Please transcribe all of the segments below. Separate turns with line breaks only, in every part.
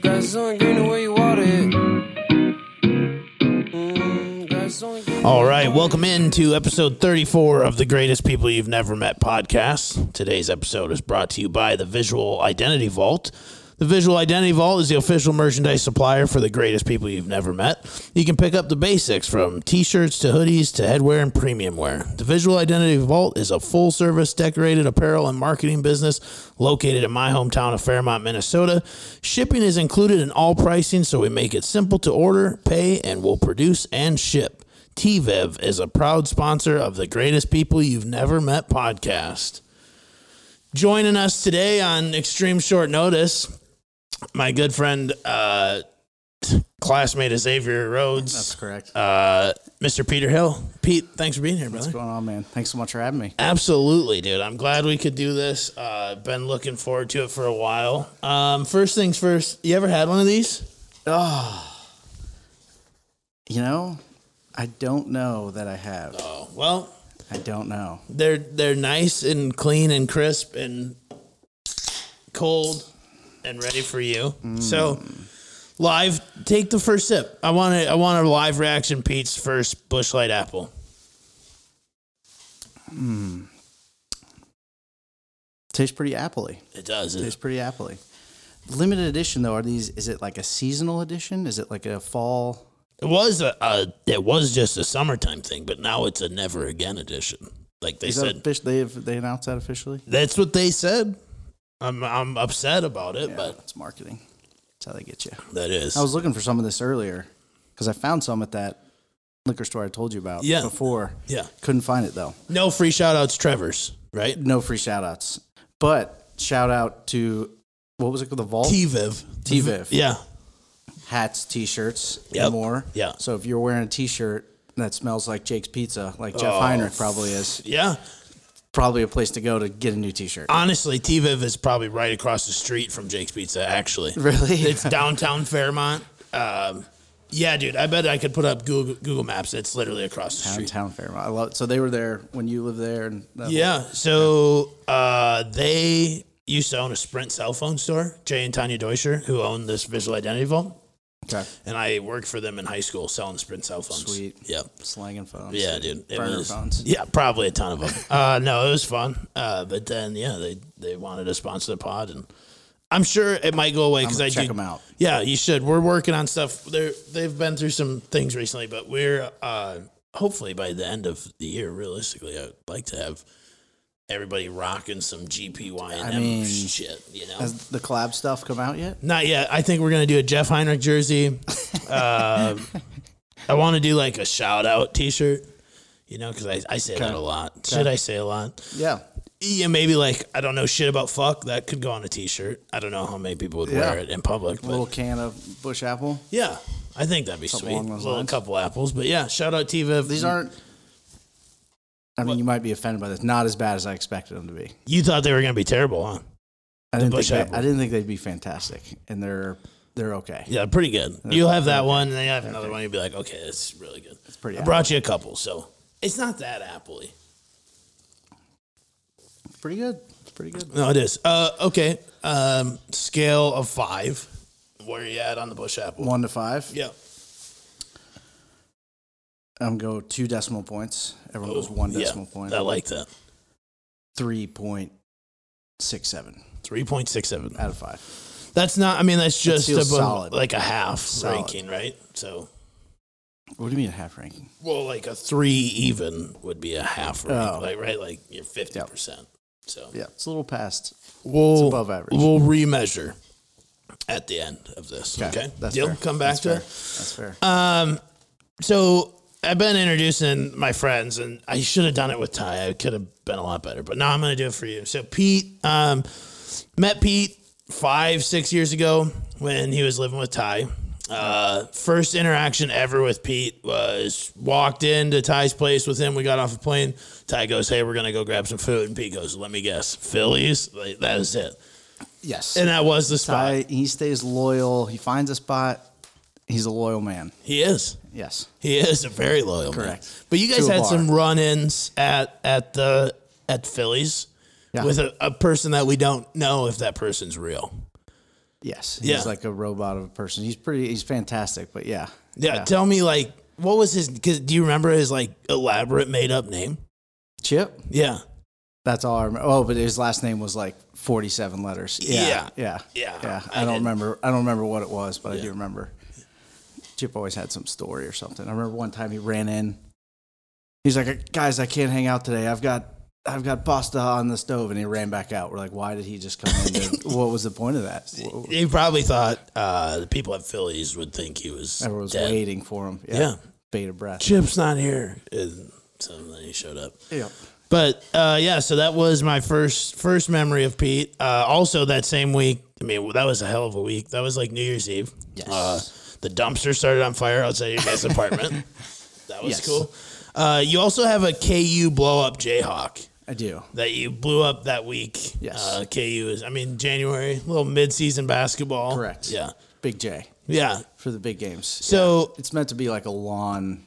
Grass on green the way you water it. Mm,
All right, welcome into episode 34 of the Greatest People You've Never Met podcast. Today's episode is brought to you by the Visual Identity Vault. The Visual Identity Vault is the official merchandise supplier for the greatest people you've never met. You can pick up the basics from t shirts to hoodies to headwear and premium wear. The Visual Identity Vault is a full service decorated apparel and marketing business located in my hometown of Fairmont, Minnesota. Shipping is included in all pricing, so we make it simple to order, pay, and we'll produce and ship. TVIV is a proud sponsor of the Greatest People You've Never Met podcast. Joining us today on extreme short notice, my good friend, uh, classmate of Xavier
That's
Rhodes,
correct.
uh, Mr. Peter Hill. Pete, thanks for being here, brother.
What's going on, man? Thanks so much for having me.
Absolutely, dude. I'm glad we could do this. Uh, been looking forward to it for a while. Um, first things first, you ever had one of these?
You know, I don't know that I have.
Oh, well,
I don't know.
they're they're nice and clean and crisp and cold and ready for you. So live, take the first sip. I want to I want a live reaction. Pete's first bushlight apple.
Tastes pretty appley.
It does.
Tastes pretty appley. Limited edition though. Are these? Is it like a seasonal edition? Is it like a fall?
It was a, a it was just a summertime thing, but now it's a never again edition. Like they
Is that
said,
offici- they have, they announced that officially?
that's what they said. I'm I'm upset about it,
Yeah,
but
it's marketing. That's how they get you.
that is.
I was looking for some of this earlier because I found some at that liquor store I told you about
Yeah.
before.
yeah.
Couldn't find it though.
No free shout outs, Trevor's, right?
No free shout outs. But shout out to what was it called? The vault?
TVIV.
TVIV.
Yeah.
hats, t-shirts,
Yep.
and more.
Yeah.
So if you're wearing a t-shirt that smells like Jake's Pizza, like
Oh.
Jeff Heinrich probably is,
Yeah.
probably a place to go to get a new t-shirt.
Honestly, TVIV is probably right across the street from Jake's Pizza, actually.
Really?
It's downtown Fairmont. Um, yeah, dude, I bet I could put up Google, Google Maps. It's literally across the street.
Downtown Fairmont. I love. So they were there when you lived there, and that
Yeah. So uh, they used to own a Sprint cell phone store, Jay and Tanya Deutscher, who owned this visual identity vault.
Okay.
And I worked for them in high school selling Sprint cell phones.
Sweet.
Yep.
slanging phones.
Yeah, dude. It
burner
was-
phones.
Yeah, probably a ton of them. uh, no, it was fun. Uh, but then, yeah, they, they wanted to sponsor the pod, and I'm sure it might go away because I
gonna check
do-
'em out.
Yeah, you should. We're working on stuff. They're they've been through some things recently, but we're uh, hopefully by the end of the year, realistically, I'd like to have everybody rocking some GPY and
I mean,
shit. You know,
Has the collab stuff come out yet?
not yet. I think we're gonna do a Jeff Heinrich jersey. Uh, I want to do like a shout out T-shirt. You know, because I, I say that a lot. Should I say a lot?
Yeah.
Yeah, maybe like I don't know shit about fuck. That could go on a T-shirt. I don't know how many people would wear
Yeah.
it in public. But
Little can of bush apple.
yeah, I think that'd be sweet.
along those
little
lines.
couple apples, but yeah. Shout out Tiva.
These aren't. I mean, you might be offended by this. Not as bad as I expected them to be.
You thought they were gonna be terrible, huh?
I didn't,
Bush
think they-
Apple.
I didn't think they'd be fantastic, and they're they're okay.
Yeah, pretty good. You'll have that one, and then you have another one. You'll be like, okay, that's really good. It's
pretty
I brought you a couple, so it's not that appley.
Pretty good. It's pretty good.
No, it is. Uh, okay. Um, scale of five. Where are you at on the bush apple?
One to five.
Yeah.
I'm go two decimal points. Everyone goes
Oh,
one
yeah.
decimal point.
I like that.
Three point six seven
3.67.
out of five.
That's not, I mean, that's just
feels
above,
solid.
like a half
Solid.
ranking, right? So,
What do you mean a half ranking?
well, like a three even would be a half rank,
Oh.
like, right? Like you're 50%. So,
Yeah, it's a little past.
we'll,
above average.
We'll remeasure at the end of this. Okay.
that's
Deal?
fair.
Come back
That's
to
fair. That's
it. Uh,
fair.
Um, So I've been introducing my friends, and I should have done it with Ty. I could have been a lot better, but now I'm going to do it for you. So Pete, um, met Pete five, six years ago when he was living with Ty. Uh, first interaction ever with Pete was walked into Ty's place with him. We got off a plane. Ty goes, "Hey, we're gonna go grab some food," and Pete goes, "Let me guess, Phillies." Like, that is it,
yes.
and uh, that was the spot.
I, he stays loyal. He finds a spot. He's a loyal man.
He is.
Yes.
He is a very loyal man.
Correct.
But you guys
To a
had
bar.
some run-ins at at the at Phillies
Yeah.
with a, a person that we don't know if that person's real.
Yes, he's
Yeah.
like a robot of a person. He's pretty. He's fantastic. But yeah,
Yeah, tell me like what was his? Cause do you remember his like elaborate made up name?
Chip.
Yeah,
That's all I remember. Oh, but his last name was like forty-seven letters.
Yeah.
Yeah, yeah,
Yeah, I
I, don't
did.
remember. I don't remember what it was, but I do remember. Chip always had some story or something. I remember one time he ran in. He's like, "Guys, I can't hang out today. I've got." I've got pasta on the stove, and he ran back out. We're like, "Why did he just come in? what was the point of that?"
he probably thought uh, the people at Phillies would think he was.
Everyone was
dead.
waiting for him. Yeah,
Yeah.
bait of breath.
Chip's not here, and so then he showed up.
Yeah.
But uh, yeah, so that was my first first memory of Pete. Uh, also, that same week, I mean, that was a hell of a week. That was like New Year's Eve.
Yes.
Uh, the dumpster started on fire outside your guys' apartment. That was
Yes.
cool. Uh, you also have a KU blow up Jayhawk
I do.
that you blew up that week.
Yes.
Uh, KU is, I mean, January, little mid season basketball.
Correct.
Yeah.
Big J
Yeah.
for the big games.
So,
It's meant to be like a lawn.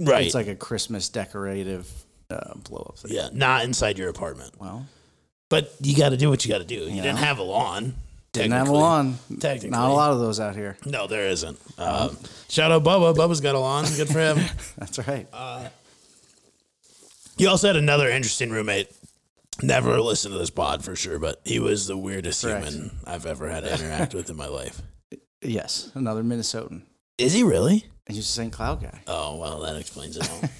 right.
It's like a Christmas decorative uh, blow up thing.
yeah. Not inside your apartment.
Well,
But you got to do what you got to do. You
Yeah.
didn't have a lawn.
didn't have a
technically.
lawn.
Technically.
Not a lot of those out here.
No, there isn't. Uh, shout out Bubba. Bubba's got a lawn. Good for him.
That's right.
Uh, you also had another interesting roommate. Never listened to this pod for sure, but he was the weirdest
Correct.
human I've ever had to interact with in my life.
yes. Another Minnesotan.
Is he really?
And he's the St. Cloud guy.
Oh, well, that explains it all. That-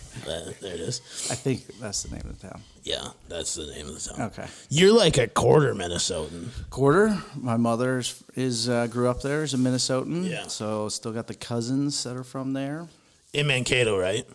there it is.
I think that's the name of the town.
Yeah, that's the name of the town.
Okay.
You're like a quarter Minnesotan.
Quarter. My mother's is uh, grew up there. Is a Minnesotan.
Yeah.
So still got the cousins that are from there.
In Mankato, right?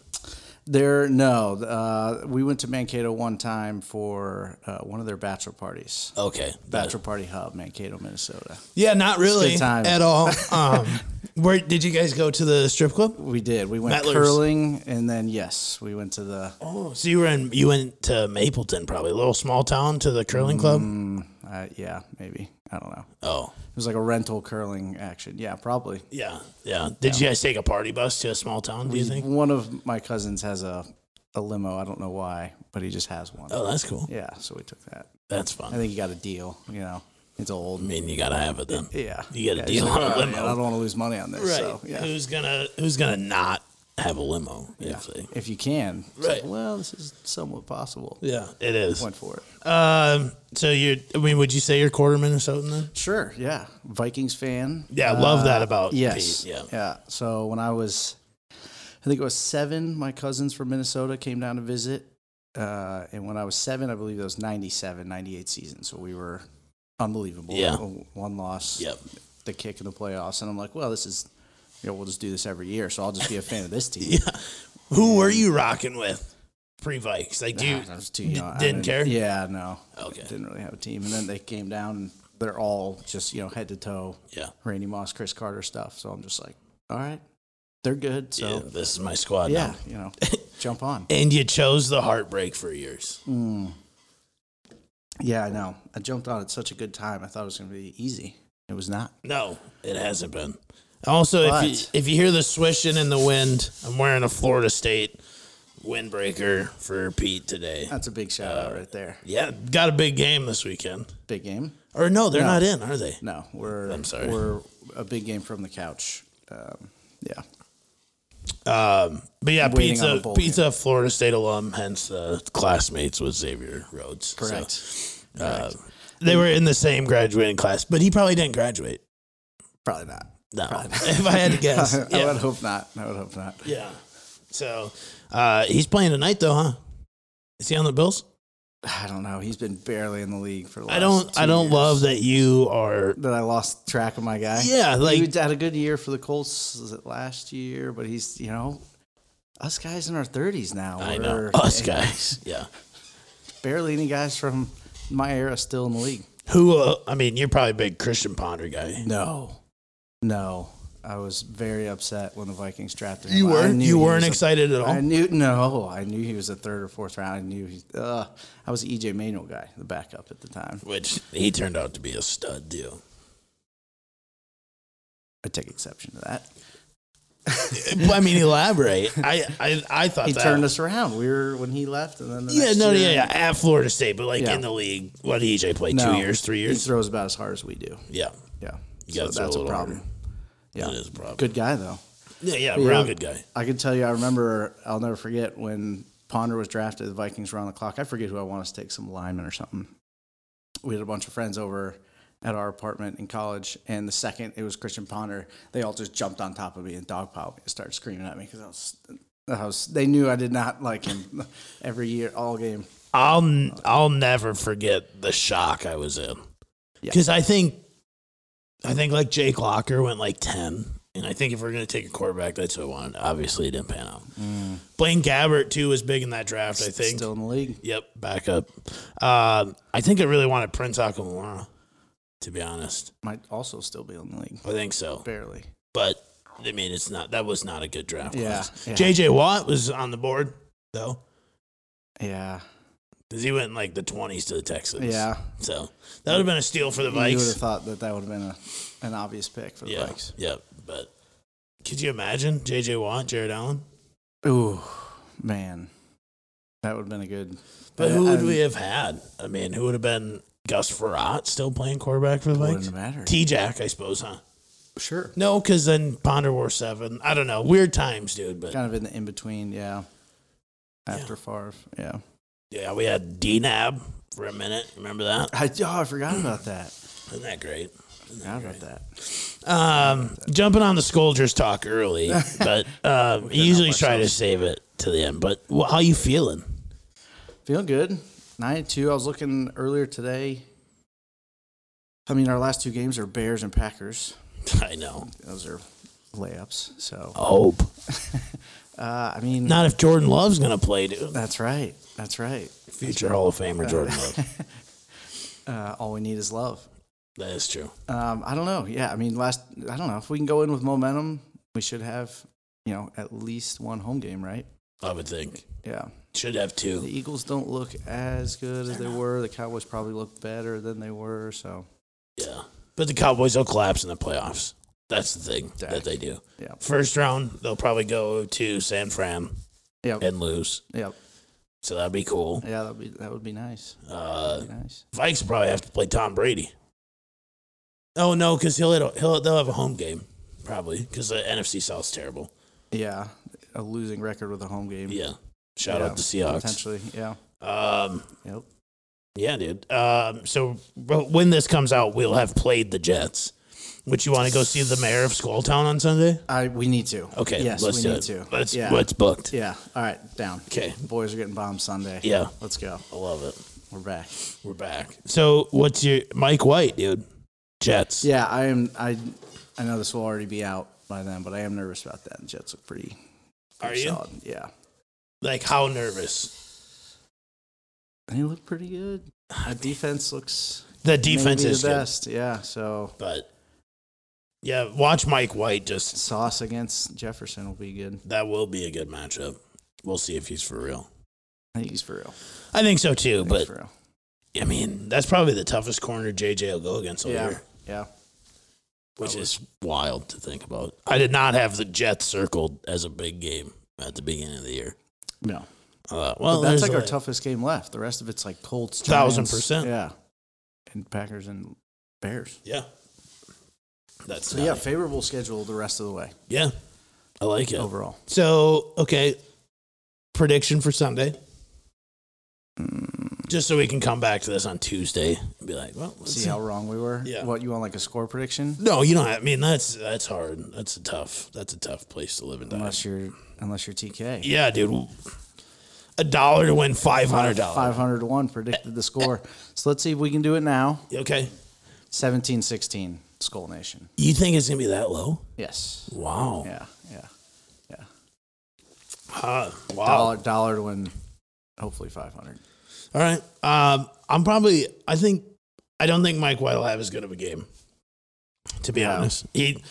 There, no. Uh, we went to Mankato one time for uh, one of their bachelor parties.
Okay. that-
Bachelor Party Hub, Mankato, Minnesota.
Yeah, not really
good time.
at all. Um, where did you guys go to the strip club?
We did. We went
Mettler's.
curling, and then yes, we went to the.
Oh, so you were in you went to Mapleton, probably a little small town to the curling club.
Uh, yeah, maybe I don't know.
Oh,
It was like a rental curling action. Yeah, probably.
yeah, yeah. Did you guys take a party bus to a small town? Do you think?
One of my cousins has a a limo. I don't know why, but he just has one.
Oh, that's cool.
Yeah, so we took that.
That's
I
fun.
think he got a deal. You know, it's old.
I mean, you gotta have it then.
Yeah,
You get a
Yeah, he's
deal
like,
on a
"Oh, man, I
limo,
don't want to lose money on this.
right?
So, yeah.
Who's gonna Who's gonna not have a limo?
Yeah,
If they,
if you can. It's
Right.
like, well, this is somewhat possible.
yeah, it is.
Went for it.
Um, so you're. I mean, would you say you're quarter Minnesotan then?
Sure. Yeah. Vikings fan.
Yeah, I love that about
Uh, Yes.
Pete. Oh, Yeah.
So when I was, I think it was seven, my cousins from Minnesota came down to visit. Uh, and when I was seven, I believe it was 97, 98 season. So we were unbelievable.
Yeah.
One loss,
Yep.
the kick in the playoffs. And I'm like, well, this is, you know, we'll just do this every year. So I'll just be a fan of this team.
Yeah. Who were you rocking with pre Vikes? Like, do you
I was too
d-
young. I
didn't care?
Yeah, no.
Okay.
Didn't really have a team. And then they came down and they're all just, you know, head to toe
Yeah.
Randy Moss, Chris Carter stuff. So I'm just like, all right, they're good. So
Yeah, this is my squad.
yeah,
now.
you know, jump on.
And you chose the heartbreak for years.
Yeah, I know. I jumped on at such a good time. I thought it was going to be easy. It was not.
No, it hasn't been. Also, if you,
But-
if you hear the swishing in the wind, I'm wearing a Florida State windbreaker for Pete today.
That's a big shout out right there.
Yeah, got a big game this weekend.
Big game.
Or no, they're
No.
not in, are they?
No, we're
I'm sorry.
We're a big game from the couch. Um, yeah,
But
Waiting
yeah,
on
pizza,
a bowl
pizza, Florida State alum, hence uh, classmates with Xavier Rhodes. So,
correct.
uh, they were in the same graduating class, but he probably didn't graduate.
Probably not.
No, if I had to guess,
I would
yeah.
hope not. I would hope not.
yeah. So uh, he's playing tonight, though, huh? Is he on the Bills?
I don't know. He's been barely in the league for. The last
I don't.
two
I don't
years.
love that you are.
that I lost track of my guy.
Yeah, like-
he had a good year for the Colts was it last year, but he's you know, us guys in our thirties now.
I know
We're-
us guys. Yeah.
Barely any guys from my era still in the league.
Who? Uh, I mean, you're probably a big Christian Ponder guy.
No, no. I was very upset when the Vikings drafted him.
You
I
weren't.
knew
You
he
weren't
was a-
excited at
I
all.
knew no. I knew he was a third or fourth round. I knew he. Uh, I was the EJ Manuel guy, the backup at the time.
Which he turned out to be a stud deal.
I take exception to that.
I mean, elaborate. I I, I thought
He
that.
turned us around. We were when he left, and then the
yeah,
next
no,
year-
yeah, yeah, at Florida State, but like
Yeah.
in the league, what did EJ play?
No.
Two years, three
He
years?
throws about as hard as we do.
Yeah,
Yeah.
You gotta
so
throw
that's a,
little
problem.
harder.
Yeah.
That is a problem.
Good guy though.
Yeah, yeah,
Yeah.
real good guy.
I can tell you, I remember, I'll never forget when Ponder was drafted, the Vikings were on the clock. I forget who I want us to take, some lineman or something. We had a bunch of friends over at our apartment in college, and the second it was Christian Ponder, they all just jumped on top of me and dogpiled me and started screaming at me because I was, I was, they knew I did not like him every year, all game.
I'll n- I'll never forget the shock I was in
Yeah.
because I think I think like Jake Locker went like ten, and I think if we're gonna take a quarterback, that's what I wanted. Obviously, it didn't pan out. Blaine Gabbert too was big in that draft. I think.
Still in the league.
Yep, back up. Uh, I think I really wanted Prince Akamura, to be honest.
Might also still be in the league.
I think so,
Barely.
but I mean, it's not that was not a good draft.
Yeah,
class.
yeah.
JJ Watt was on the board though,
Yeah.
because he went in like the twenties to the Texans.
Yeah.
So that would have been a steal for the
You would have
Vikes.
thought that that would have been a, an obvious pick for the
Yeah.
Vikes.
Yeah. But could you imagine JJ Watt, Jared Allen?
Ooh, man, that would have been a good.
But who would
I-
we have had? I mean, who would have been Gus Ferrat still playing quarterback for the
Wouldn't
Vikes?
matter.
T Jack, I suppose, huh?
sure.
No, because then Ponder wore seven. I don't know. Weird times, dude. But
Kind of in the in between, yeah. After Favre, yeah.
yeah, we had D Nab for a minute. Remember that?
I, oh, I forgot about that.
Isn't that great?
Forgot about that.
Um, jumping on the Scolders talk early, but um, usually try to save it to the end. But well, how you feeling?
Feeling good. Nine and two. I was looking earlier today. I mean, our last two games are Bears and Packers.
I know.
Those are layups. So,
Hope.
uh, I mean,
Not if Jordan Love's going to play, dude.
that's right. That's right.
Future Hall of Famer Jordan Love.
Uh, all we need is love.
That is true.
Um, I don't know. Yeah, I mean, last I don't know if we can go in with momentum, we should have you know at least one home game, right?
I would think.
Yeah.
Should have
The
two.
Eagles don't look as good as they were. The Cowboys probably look better than they were. So
Yeah. But the Cowboys will collapse in the playoffs. That's the thing that they do.
yeah,
First round, they'll probably go to San Fran
yeah, yeah,
and lose.
yeah.
So that'd be cool.
That'd be that would be nice.
Uh,
That'd be nice.
Vikes probably have to play Tom Brady. Oh no, because he'll, hit- he'll they'll have a home game probably because the NFC South's terrible.
Yeah, a losing record with a home game.
Yeah, shout
Yeah,
out to Seahawks.
Potentially, yeah.
Um,
Yep.
yeah, dude. Um, so bro, when this comes out, we'll have played the Jets. Which you want to go see the mayor of Skulltown on Sunday?
I we need to.
Okay,
Yes,
let's
we
do
need
it.
to.
Let's
yeah.
what's booked.
Yeah. All right. Down.
Okay,
Boys are getting bombed Sunday.
Yeah.
Let's go.
I love it.
We're back.
We're back. So what's your Mike White, dude? Jets.
Yeah, I am. I I know this will already be out by then, but I am nervous about that. The Jets look pretty.
Are
pretty
you?
Solid. Yeah.
Like how nervous?
They look pretty good. The defense looks
The defense
maybe
is
the
good.
best. Yeah, so
But yeah, watch Mike White. Just
Sauce against Jefferson will be good.
that will be a good matchup. We'll see if he's for real.
I think he's for real.
I think so too.
I think he's
but
for real.
I mean, that's probably the toughest corner JJ will go against all
yeah,
year,
yeah.
which is wild to think about. I did not have the Jets circled as a big game at the beginning of the year.
No,
Uh, well,
But that's
there's
like our
a-
toughest game left. The rest of it's like Colts,
Thousand
Giants,
percent.
Yeah, and Packers and Bears.
Yeah, that's
So yeah,
yeah,
favorable schedule the rest of the way
yeah. I like it.
overall.
So okay, prediction for Sunday. Just so we can come back to this on Tuesday and be like, well, let's
See how wrong we were.
Yeah.
What you want like a score prediction?
No, you don't. I mean, that's that's hard. That's a tough. That's a tough place to live and die.
Unless you're unless you're TK.
yeah, dude. A dollar to win five hundred
Five
dollars.
hundred to one predicted the score. So let's see if we can do it now.
Okay.
17-16, Skull Nation.
You think it's gonna be that low?
Yes.
Wow.
Yeah. Yeah. Yeah.
Uh, wow.
Dollar dollar to win. Hopefully five hundred.
All right. Um, I'm probably. I think. I don't think Mike White will have as good of a game. To be
Yeah.
honest, he.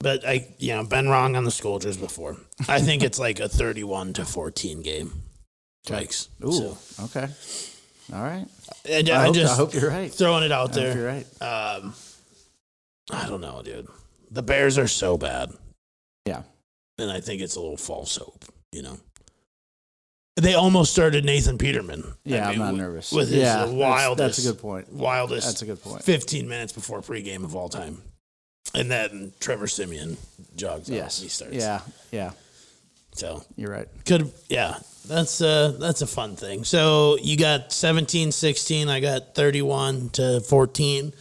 But I, you know, been wrong on the Scolders before. I think it's like a thirty-one to fourteen game. Yikes.
Ooh.
So,
Okay. All right.
I,
I,
I
hope,
just
I hope you're right.
throwing it out
I hope
there.
you're right.
Um, I don't know, dude. The Bears are so bad,
Yeah.
and I think it's a little false hope. You know, They almost started Nathan Peterman.
Yeah, I'm not
with-
nervous.
With his
Yeah,
uh,
that's-
wildest,
that's a good point.
Wildest,
That's a good point.
15 minutes before pregame of all time, and then Trevor Simeon jogs.
Yes.
Yes, he starts.
Yeah. Yeah.
so
You're right.
could yeah, that's uh that's a fun thing. So you got 17, 16. I got 31 to 14.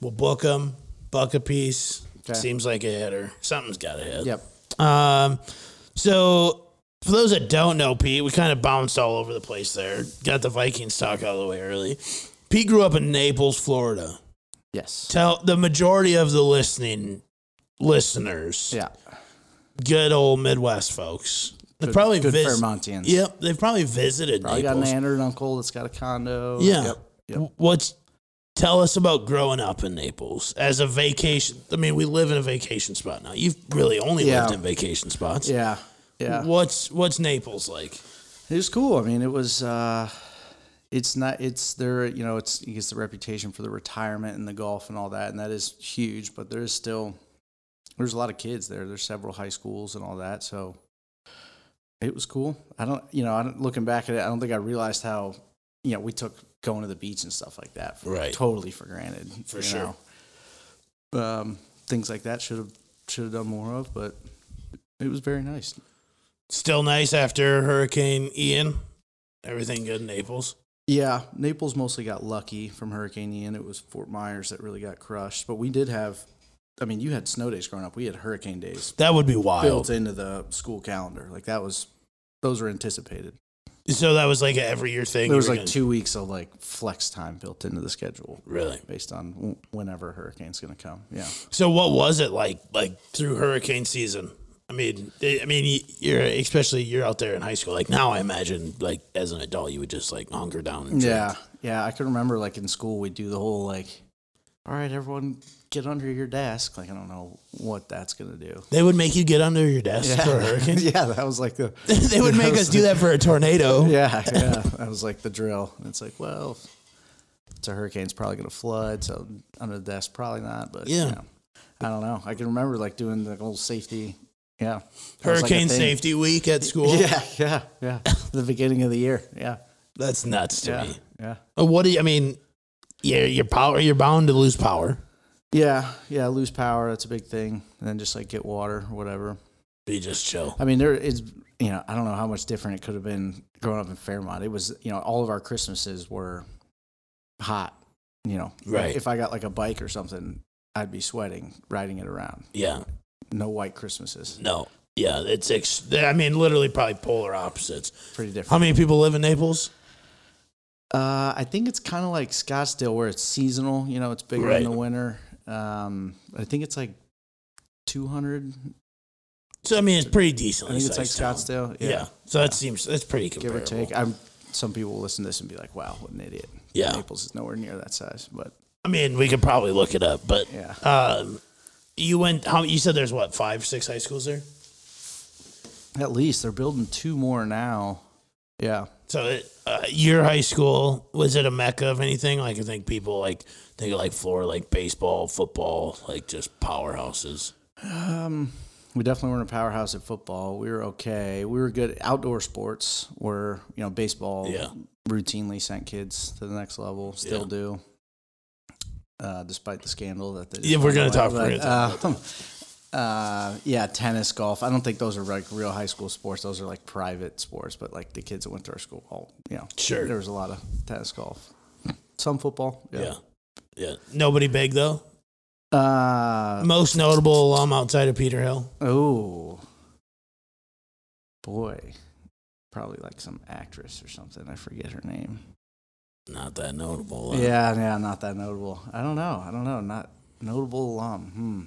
We'll book them, buck a piece.
Okay.
Seems like a hitter. Something's got to hit.
Yep.
Um, so for those that don't know Pete, we kind of bounced all over the place there. Got the Vikings talk out of the way early. Pete grew up in Naples, Florida.
Yes.
Tell the majority of the listening listeners,
Yeah.
good old Midwest folks. They
Good-
probably
good
vis-
Vermontians.
Yep, they've probably visited
Probably got an
Naples.
aunt or an uncle that's got a condo.
Yeah.
Yep. Yep.
What's tell us about growing up in Naples as a vacation? I mean, we live in a vacation spot now. You've really only
Yeah.
lived in vacation spots.
Yeah. Yeah.
What's what's Naples like?
It was cool. I mean, it was. uh It's not. It's there. You know, it's it gets the reputation for the retirement and the golf and all that, and that is huge. But there is still, there's a lot of kids there. There's several high schools and all that. So it was cool. I don't. You know, I don't, looking back at it, I don't think I realized how. You know, we took going to the beach and stuff like that for,
Right.
totally for granted.
For
you
sure.
know. Um, things like that should have should have done more of, but it was very nice.
Still nice after Hurricane Ian. Everything good in Naples.
Yeah, Naples mostly got lucky from Hurricane Ian. It was Fort Myers that really got crushed. But we did have, I mean, you had snow days growing up. We had hurricane days
That would be
built
wild.
into the school calendar. Like that was, those were anticipated.
So that was like an every year thing.
There
you
was
were
like
gonna-
two weeks of like flex time built into the schedule
Really?
based on w- whenever a hurricane's going to come. Yeah.
So what was it like? Like through hurricane season? I mean, I I mean, y- you're especially you're out there in high school. Like now, I imagine like as an adult, you would just like hunker down. And drink.
Yeah. Yeah. I can remember like in school, we'd do the whole like, all right, everyone get under your desk. Like, I don't know what that's going to do.
They would make you get under your desk for a hurricane.
yeah. That was like the,
they would make us do that for a tornado.
Yeah, yeah. That was like the drill. And it's like, well, it's a hurricane. It's probably going to flood. So under the desk, probably not. But
Yeah.
you know, I don't know. I can remember like doing the whole safety. Yeah. That was, like, a
Hurricane
thing.
Safety Week at school.
Yeah, yeah, yeah. the beginning of the year. Yeah,
That's nuts to
yeah,
me.
yeah.
Uh, What do you, I mean? Yeah, your power. You're bound to lose power.
Yeah, yeah, lose power, that's a big thing. And then just like get water or whatever.
You just chill.
I mean, there is, you know, I don't know how much different it could have been growing up in Fairmont. It was, you know, all of our Christmases were hot, you know.
Right.
If I got like a bike or something, I'd be sweating riding it around.
Yeah.
No white Christmases.
No. Yeah, it's ex- I mean literally probably polar opposites.
Pretty
How
different.
many people live in Naples?
Uh, I think it's kind of like Scottsdale where it's seasonal, you know, it's bigger
Right.
in the winter. Um, I think it's like 200.
So I mean it's pretty
I
decently.
think it's like
sized town.
Scottsdale.
Yeah.
Yeah.
So that seems that's pretty
Give or
comparable.
take. I'm, some people will listen to this and be like, wow, what an idiot.
Yeah.
Naples is nowhere near that size, but
I mean we could probably look it up, but
yeah.
um, you went how you said there's what five six high schools there.
At least they're building two more now. Yeah.
So it, uh, your high school was it a mecca of anything? Like I think people like think of like Florida like baseball, football, like just powerhouses.
Um, we definitely weren't a powerhouse at football. We were okay. We were good. Outdoor sports were, you know, baseball
Yeah.
routinely sent kids to the next level, still
Yeah.
do. Uh, despite the scandal that they just
Yeah, we're
went
gonna talk-
away.
we're gonna talk
um, uh, yeah, tennis, golf. I don't think those are like real high school sports. Those are like private sports. But like the kids that went to our school, all you know,
Sure.
there was a lot of tennis, golf, some football.
Yeah. Yeah. Nobody big though.
Uh,
Most notable alum outside of Peter Hill.
Oh, boy. Probably like some actress or something. I forget her name.
Not that notable. uh,
Yeah, yeah, not that notable. I don't know. I don't know. Not notable alum. Hmm.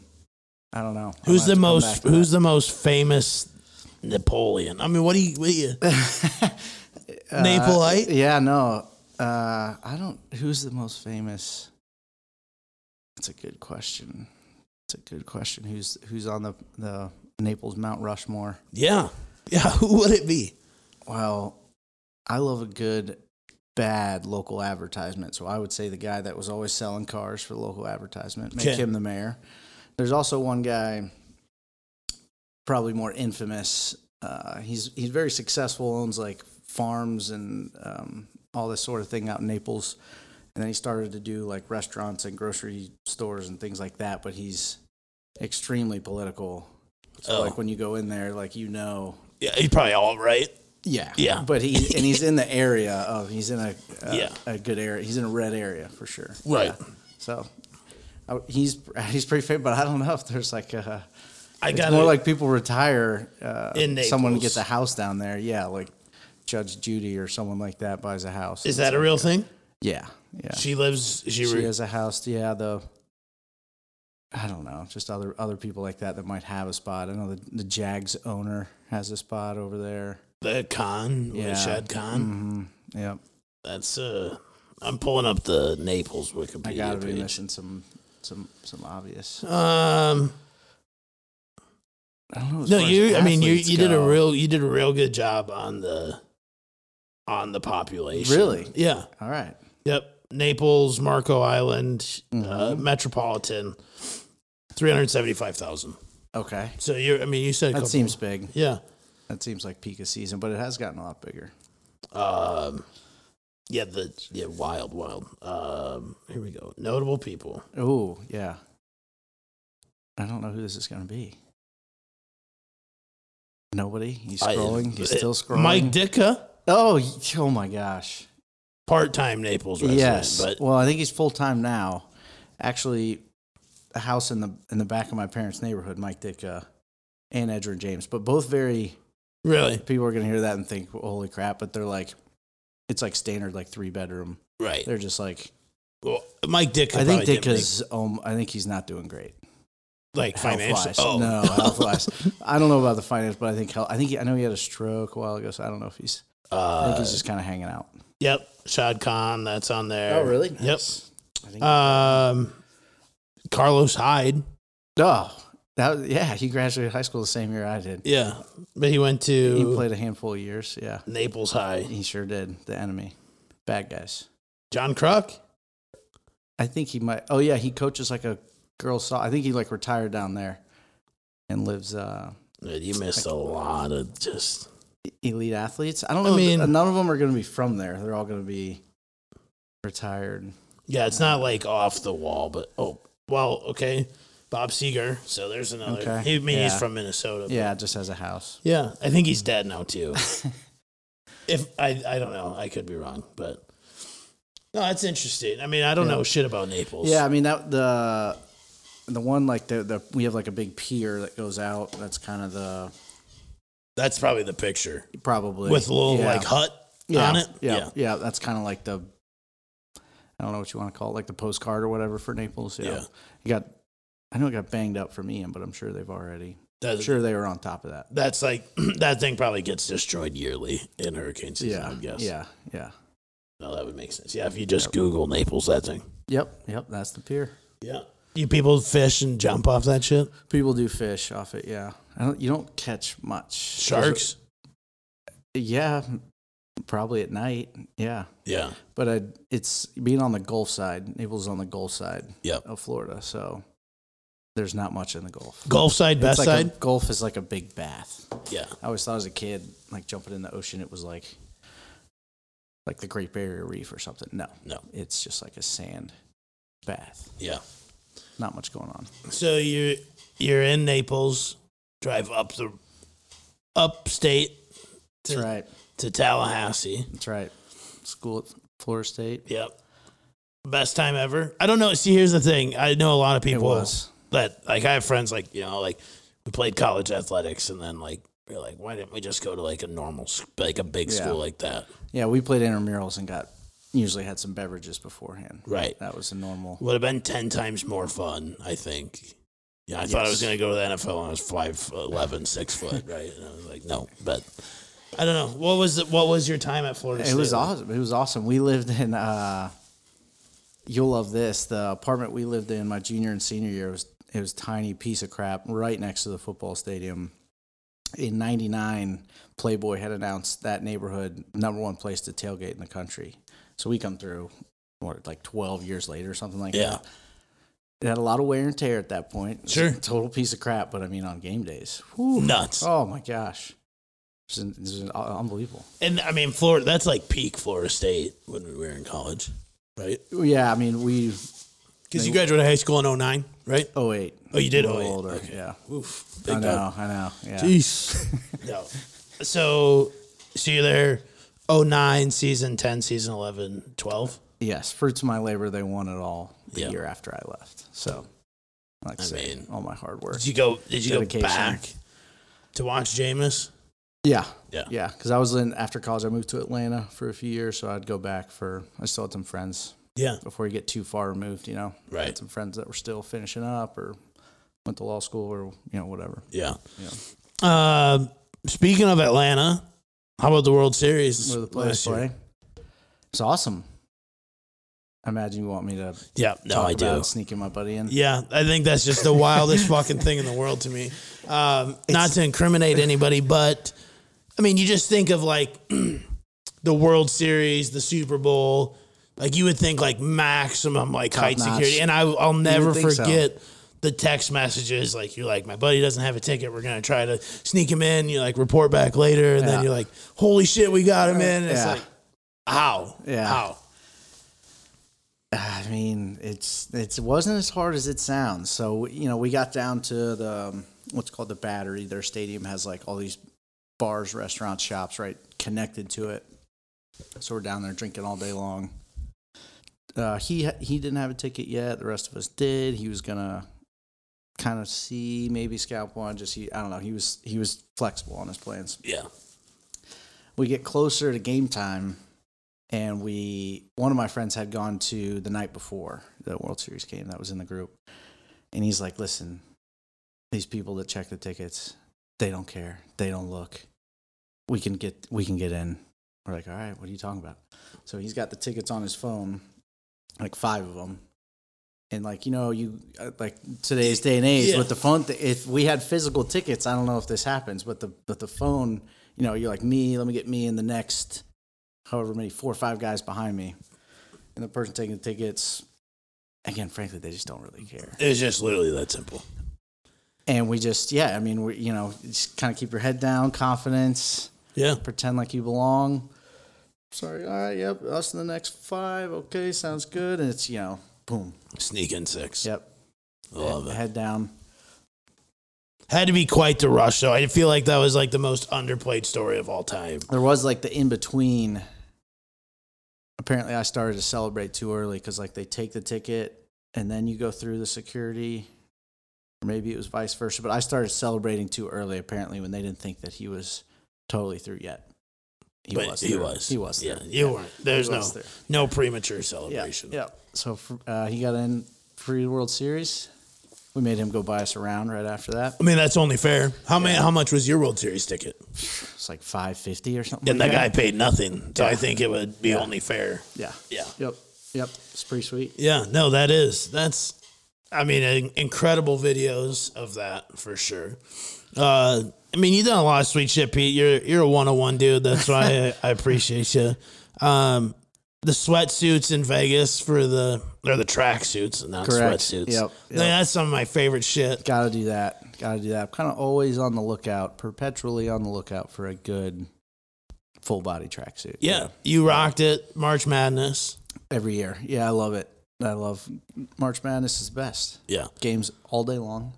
I don't know.
Who's the most? Who's the most famous Napoleon? I mean, what do you? What do you Napolite?
Uh, Yeah, no. Uh, I don't. Who's the most famous? That's a good question. That's a good question. Who's who's on the the Naples Mount Rushmore?
Yeah, yeah. Who would it be?
Well, I love a good bad local advertisement. So I would say the guy that was always selling cars for the local advertisement, make
Okay.
him the mayor. There's also one guy, probably more infamous. Uh, he's he's very successful, owns like farms and um, all this sort of thing out in Naples. And then he started to do like restaurants and grocery stores and things like that. But he's extremely political. So
Oh.
like when you go in there, like you know,
Yeah, he's probably all right.
yeah,
Yeah.
But he and he's in the area of he's in a, a
Yeah.
a good area. He's in a red area for sure.
Right.
Yeah. So I, he's he's pretty famous, but I don't know if there's like a
I
it's
got
more like people retire. Uh,
In
someone
Naples.
gets a house down there. Yeah, like Judge Judy or someone like that buys a house.
Is that a real thing?
Yeah, yeah. She,
She lives. She, re-
has a house. Yeah, the. I don't know, just other other people like that that might have a spot. I know the, the Jags owner has a spot over there.
the con. Yeah.
Yeah.
Shad Khan.
Mm-hmm. Yep.
That's uh. I'm pulling up the Naples
I
Wikipedia
gotta be
page.
missing some some some obvious.
Um.
I don't know. as
No,
far as
you. I mean, you.
athletes
You did a
go.
real. You did a real good job on the. On the population.
Really?
Yeah.
All right.
Yep. Naples, Marco Island, uh,
Mhm.
Metropolitan, three hundred seventy-five thousand.
Okay.
So you. I mean, you said a
That
couple-
seems big.
Yeah.
That seems like peak of season, but it has gotten a lot bigger.
Um, yeah, the yeah, wild, wild. Um, here we go. Notable people.
Oh yeah. I don't know who this is going to be. Nobody. He's
I-
scrolling. He's still scrolling.
Mike Ditka,
Oh, y- oh my gosh.
part-time Naples resident,
yes.
but
well, I think he's full time now. Actually, a house in the in the back of my parents' neighborhood. Mike Ditka and Edger and James, but both very
really,
people are going to hear that and think, "Holy crap!" But they're like, it's like standard like three bedroom.
right.
They're just like,
Well, Mike Ditka.
I think
probably didn't
Ditka's. Um, I think he's not doing great.
make, like financial.
Health-wise.
Oh
No, health wise. I don't know about the finance, but I think health, I think he, I know he had a stroke a while ago, so I don't know if he's. I think
Uh,
he's just kind of hanging out.
yep, Shad Khan. That's on there.
Oh,
Yep.
Yes. I think,
Um, Carlos Hyde.
oh, that was- yeah. He graduated high school the same year I did.
Yeah, but he went to
He played a handful of years. Yeah,
Naples High.
he sure did. The enemy, bad guys.
John Kruk.
I think he might. Oh yeah, he coaches like a girls. so- I think he like retired down there, and lives uh,
Dude, you missed a lot of just.
elite athletes. I don't
I
know. I mean,
mean-
none of them are going to be from there. They're all going to be retired.
Yeah, it's not like off the wall, but oh, well, okay. Bob Seeger. So there's another.
Okay.
He, I mean, he's
Yeah.
from Minnesota. but-
Yeah, just has a house.
Yeah. I think he's dead now, too. if I, I don't know. I could be wrong, but no, that's interesting. I mean, I don't know shit about Naples.
Yeah, I mean that the the one like the the we have like a big pier that goes out. That's kind of the
That's probably the picture
probably
with a little
yeah.
like hut
yeah,
on it.
Yeah, yeah, that's kind of like the I don't know what you want to call it, like the postcard or whatever for Naples. Yeah,
Yeah.
you got. I know it got banged up from Ian, but I'm sure they've already. I'm
That's,
sure they were on top of that.
that's like, that thing probably gets destroyed yearly in hurricane season, I
Yeah,
would guess.
yeah, yeah.
No, that would make sense. Yeah. If you just Google Naples, that thing.
Yep, yep. That's the pier.
Yeah. You people fish and jump off that shit?
People do fish off it. Yeah, I don't, you don't catch much
Sharks?
Yeah, probably at night. Yeah.
Yeah.
but I, it's being on the Gulf side. Naples is on the Gulf side
Yep.
of Florida, so there's not much in the Gulf.
Gulf side,
It's
best
like a-
side.
Gulf is like a big bath.
yeah.
I always thought as a kid, like jumping in the ocean, it was like like the Great Barrier Reef or something. No,
No.
it's just like a sand bath.
Yeah.
Not much going on.
So you you're in Naples, drive up the upstate
That's right.
to Tallahassee.
That's right. School at Florida State.
Yep. Best time ever. I don't know. See, here's the thing. I know a lot of
It
people
was.
that like I have friends like, you know, like we played college athletics and then like we're like, why didn't we just go to like a normal s- like a big
Yeah.
school like that?
Yeah, we played intramurals and got usually had some beverages beforehand.
Right.
That was a normal.
Would have been ten times more fun, I think. Yeah, I thought I was
Yes.
going to go to the NFL when I was 5'11", 6 foot, right? And I was like, no, but I don't know. What was the, what was your time at Florida State?
It was
like?
awesome. It was awesome. We lived in uh you'll love this. The apartment we lived in my junior and senior year was it was a tiny piece of crap right next to the football stadium. In 99, Playboy had announced that neighborhood number one place to tailgate in the country. So we come through what like 12 years later or something like
Yeah.
that. It had a lot of wear and tear at that point. It was a
Sure.
Total piece of crap, but I mean on game days.
Nuts.
Oh my Oh gosh. It's, in- it's in- uh, unbelievable.
And I mean, Florida, that's like peak Florida State when we were in college, right?
Yeah, I mean, we
Because you graduated high school in 09, right?
08.
Oh, you did
A little
08.
older, yeah.
Oof. Big
I
time.
know, I know. Yeah.
Jeez. no. So, so you're there 09 season, 10 season, 11, 12.
Yes, fruits of my labor. They won it all the
Yeah.
year after I left. So, like I
I
say,
mean,
all my hard work.
Did you go, did you
Dedication.
go back to watch Jameis?
Yeah,
Yeah.
yeah. Because I was in after college. I moved to Atlanta for a few years, so I'd go back for. I still had some friends
Yeah.
before you get too far removed. You know, I
Right.
had some friends that were still finishing up or went to law school or you know whatever.
Yeah. Uh, speaking of Atlanta, how about the World Series?
Where the players
last year?
play. It's awesome. I imagine you want me to
Yeah. No,
talk
Oh, I
about
do.
sneaking my buddy in.
Yeah, I think that's just the wildest fucking thing in the world to me. Um, not to incriminate anybody, but I mean, you just think of like the World Series, the Super Bowl. Like you would think like maximum like height
Top-notch.
security, and I, I'll never
think so.
forget. The text messages, like you're like, my buddy doesn't have a ticket. We're gonna try to sneak him in. You like report back later, and
Yeah.
then you're like, holy shit, we got him in. And It's
Yeah.
like, how?
Yeah.
How?
I mean, it's it's it wasn't as hard as it sounds. So you know, we got down to the um, what's called the Battery. Their stadium has like all these bars, restaurants, shops, right, connected to it. So we're down there drinking all day long. Uh, he ha- he didn't have a ticket yet. The rest of us did. He was gonna kind of see maybe scalp one. Just he, I don't know. He was he was flexible on his plans
Yeah.
we get closer to game time and we one of my friends had gone to the night before the world series game that was in the group and he's like listen these people that check the tickets they don't care they don't look we can get we can get in we're like all right what are you talking about so he's got the tickets on his phone like five of them and like you know you uh, like today's day and age
Yeah.
with the phone th- if we had physical tickets i don't know if this happens but the but the phone you know you're like me let me get me and the next however many four or five guys behind me and the person taking the tickets again frankly they just don't really care
It's just literally that simple.
and we just yeah i mean we you know just kind of keep your head down confidence
Yeah.
pretend like you belong sorry all right yep us in the next five okay sounds good and it's you know boom
Sneak in six.
yep
I love it.
head down
Had to be quite the rush, though. I feel like that was like the most underplayed story of all time.
there was like the in between. Apparently, I started to celebrate too early because like they take the ticket and then you go through the security, or maybe it was vice versa. But I started celebrating too early. Apparently, when they didn't think that he was totally through yet. He
but he
through.
was.
He was.
Yeah,
through.
you weren't. There's
He
no
was through.
no premature
Yeah.
celebration.
Yeah. So fr- uh, he got in free World Series. We made him go buy us a round right after that.
I mean, that's only fair. How many? How much was your World Series ticket?
It's like five fifty or something.
And
like
that guy paid nothing, so I think it would be
Yeah.
only fair.
Yeah.
Yeah.
Yep. Yep. It's pretty sweet.
Yeah. No, that is that's. I mean, in- incredible videos of that for sure. Uh, I mean, you've done a lot of sweet shit, Pete. You're you're a one on one dude. That's why I, I appreciate you. Um, the sweatsuits in Vegas for the or the track suits, not
Correct.
sweatsuits.
Yep,
I mean,
yep.
that's some of my favorite shit.
Got to do that. Got to do that. I'm kind of always on the lookout, perpetually on the lookout for a good full body tracksuit.
Yeah, you rocked it, March Madness.
Every year. Yeah, I love it. I love March Madness is the best.
Yeah,
Games all day long.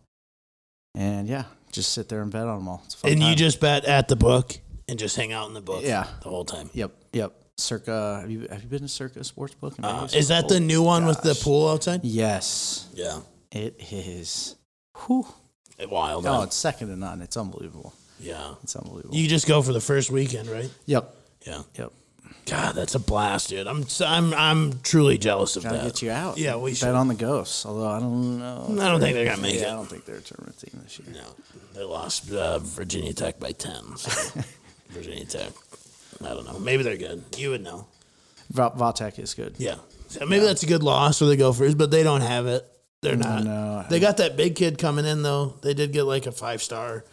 And yeah, just sit there and bet on them all. It's a fun
and you
time.
just bet at the book and just hang out in the book.
Yeah.
the whole time.
Yep. Yep. Circa. Have you, have you been to Circa Sportsbook? in
Uh,
Vegas?
is that
Oh,
the new one with the
gosh.
pool outside?
Yes,
Yeah,
it is. Whew.
wild.
Oh,
huh?
it's second to none. It's unbelievable.
Yeah.
It's unbelievable.
You just go for the first weekend, right?
yep.
Yeah.
Yep.
God, that's a blast, dude. I'm I'm I'm truly jealous of
Gotta
that.
get you out.
Yeah, we
bet
should.
on the ghosts. Although I don't know.
I don't think they're gonna make
yeah, I
it.
don't think they're a tournament team this year.
No, they lost uh, Virginia Tech by ten. so Virginia Tech. I don't know. Maybe they're good. You would know.
Va- Vatek is good.
Yeah. So maybe that's a good loss for the Gophers, but they don't have it. They're not.
no.
They got that big kid coming in though. They did get like a five star,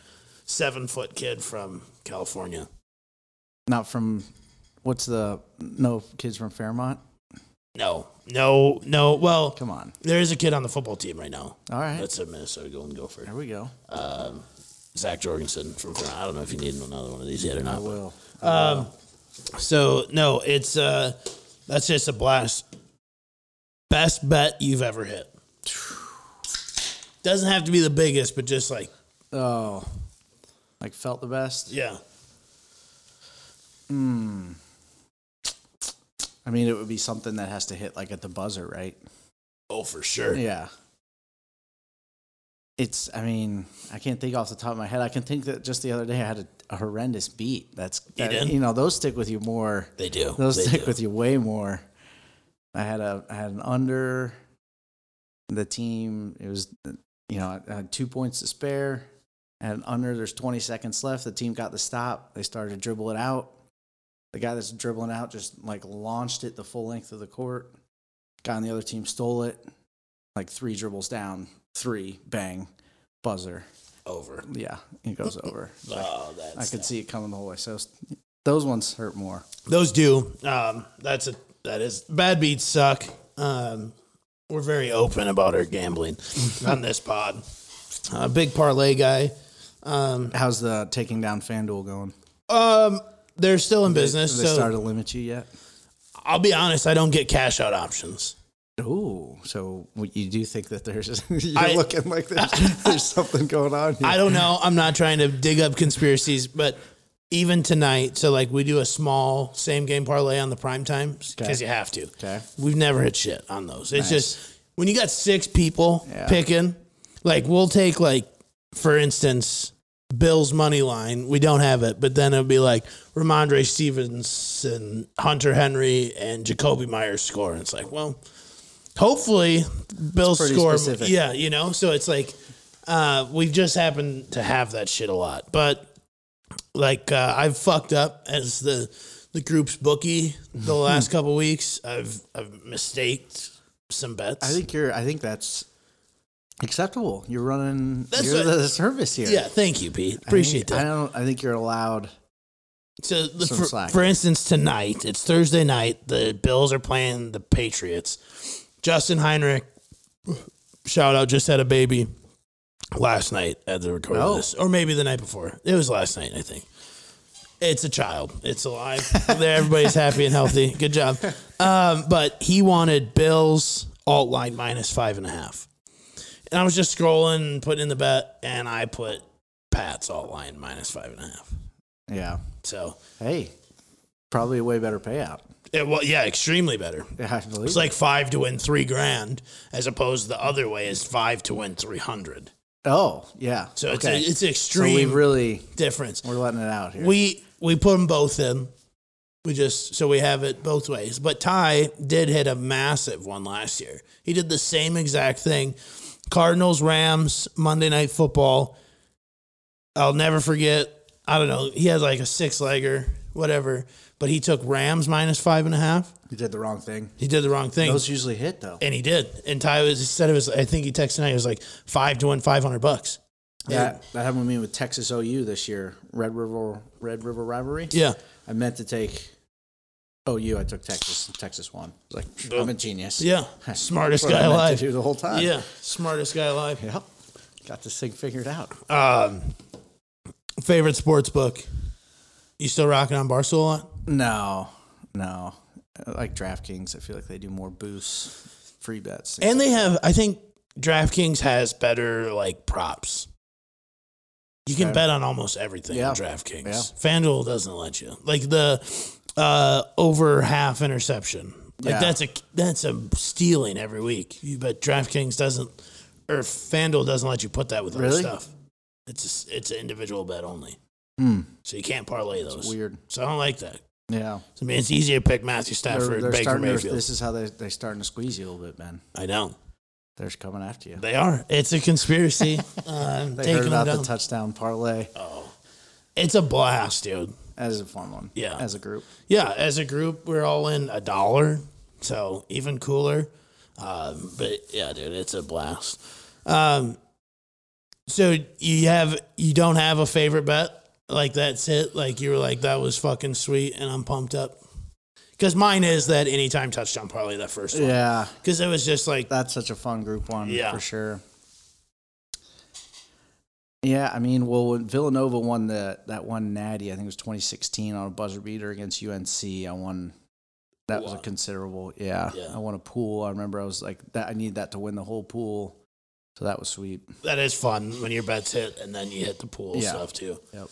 seven foot kid from California.
Not from what's the no kids from Fairmont?
No, no, no. Well,
Come on.
there is a kid on the football team right now.
All right.
That's a Minnesota Golden Gopher.
there we go.
Zach Jorgensen from Toronto. I don't know if you need another one of these yet or
I
not.
will.
So no, it's uh that's just a blast. Best bet you've ever hit. Doesn't have to be the biggest, but just like
Oh, like felt the best.
yeah.
I mean, it would be something that has to hit like at the buzzer, right?
Oh, for sure.
Yeah. It's. I mean, I can't think off the top of my head. I can think that just the other day I had a, a horrendous beat. That's that-
did?
you know those stick with you more.
They do.
Those
they
stick
do.
with you way more. I had a I had an under. The team it was you know I had two points to spare. I had an under. There's 20 seconds left. The team got the stop. They started to dribble it out. The guy that's dribbling out just like launched it the full length of the court. Guy on the other team stole it. Like three dribbles down, three bang, buzzer.
over.
Yeah, it goes over.
Oh, that's
I could see it coming the whole way. So s- those ones hurt more.
Those do. Um, that's a that is bad beats suck. Um, we're very open about our gambling on this pod. Uh, big parlay guy.
How's the taking down FanDuel going?
Um, they're still in business,
Have they
so
started to limit you yet?
I'll be honest. I don't get cash out options.
Ooh, so what you do think that there's you're
I-
looking like there's, there's something going on here.
I don't know. I'm not trying to dig up conspiracies, but even tonight, so like we do a small same game parlay on the prime times because
Okay.
you have to.
Okay.
We've never hit shit on those.
Nice.
It's just when you got six people
Yeah.
picking, like we'll take like for instance Bill's money line. We don't have it, but then it'll be like Ramondre Stevenson, Hunter Henry, and Jacoby Myers score. And it's like, well, hopefully Bill's
pretty
score.
specific.
Yeah, you know. So it's like uh, we've just happened to have that shit a lot, but like uh, I've fucked up as the the group's bookie the last couple weeks. I've I've mistaked some bets.
I think you're. I think that's acceptable. You're running.
That's
you're
what-
the service here.
yeah, thank you, Pete.
I think-
Appreciate that.
I don't. I think you're allowed.
So the,
some
for,
slack.
for instance, tonight it's Thursday night. The Bills are playing the Patriots. Justin Heinrich, shout out, just had a baby last night at the recording of
Oh.
this, or maybe the night before. It was last night, I think. It's a child. It's alive. Everybody's happy and healthy. Good job. Um, but he wanted Bills alt line minus five and a half, and I was just scrolling, putting in the bet, and I put Pat's alt line minus five and a half.
Yeah.
So.
Hey, probably a way better payout.
It, well, yeah, extremely better.
Yeah, I believe.
It's like five to win three grand, as opposed to the other way is five to win three hundred.
it. oh yeah.
So it's
Okay.
a, it's
so we
extreme
really
difference.
we're letting it out here.
We we put them both in. We just so we have it both ways. But Ty did hit a massive one last year. He did the same exact thing. Cardinals, Rams, Monday Night Football. I'll never forget. I don't know. He had like a six legger, whatever. But he took Rams minus five and a half.
you did the wrong thing.
He did the wrong thing.
Those usually hit though.
And he did. And Ty was he said it was. I think he texted tonight. It was like five to win five hundred bucks.
That that happened with me with Texas OU this year. Red River Red River rivalry.
Yeah.
I meant to take OU. I took Texas. and Texas won. I was like I'm a genius.
Yeah.
That's
Smartest
what I
guy
meant to
alive.
do the whole time.
Yeah. Smartest guy alive.
Yep. Got this thing figured out.
Um, favorite sports book. You still rocking on Barstool a lot?
No, no. Like DraftKings, I feel like they do more boosts, free bets.
And they have. I think DraftKings has better like props. You can
Okay.
bet on almost everything
Yeah.
on DraftKings.
Yeah.
FanDuel doesn't let you. Like the uh, over half interception. Like
Yeah.
that's a that's a stealing every week. You But DraftKings doesn't or FanDuel doesn't let you put that with other
Really?
stuff. It's a s it's an individual bet only.
Hmm.
So you can't parlay those.
weird.
So I don't like that.
Yeah,
I mean, it's easy to pick Matthew
they're,
Stafford,
they're
Baker
starting. To,
Mayfield.
this is how they they starting to squeeze you a little bit, man.
I know
They're just coming after you.
they are. It's a conspiracy. um,
They
taking
heard
them
about
down. Oh.
the touchdown parlay
it's a blast, dude.
as a fun one.
Yeah.
as a group.
Yeah, as a group, we're all in a dollar, so even cooler. Um, but yeah, dude, it's a blast. Um, so you have you don't have a favorite bet like that's it. Like you were like that was fucking sweet, and I'm pumped up because mine is that anytime touchdown probably that first one
Yeah,
because it was just like
that's such a fun group one
Yeah.
for sure. Yeah, I mean, well, when Villanova won the that one Natty, I think it was 2016 on a buzzer beater against UNC. I won. That was a
Wow.
considerable. Yeah,
Yeah.
I won a pool. I remember I was like that. I need that to win the whole pool, so that was sweet.
That is fun when your bets hit and then you hit the pool
Yeah.
stuff too.
Yep.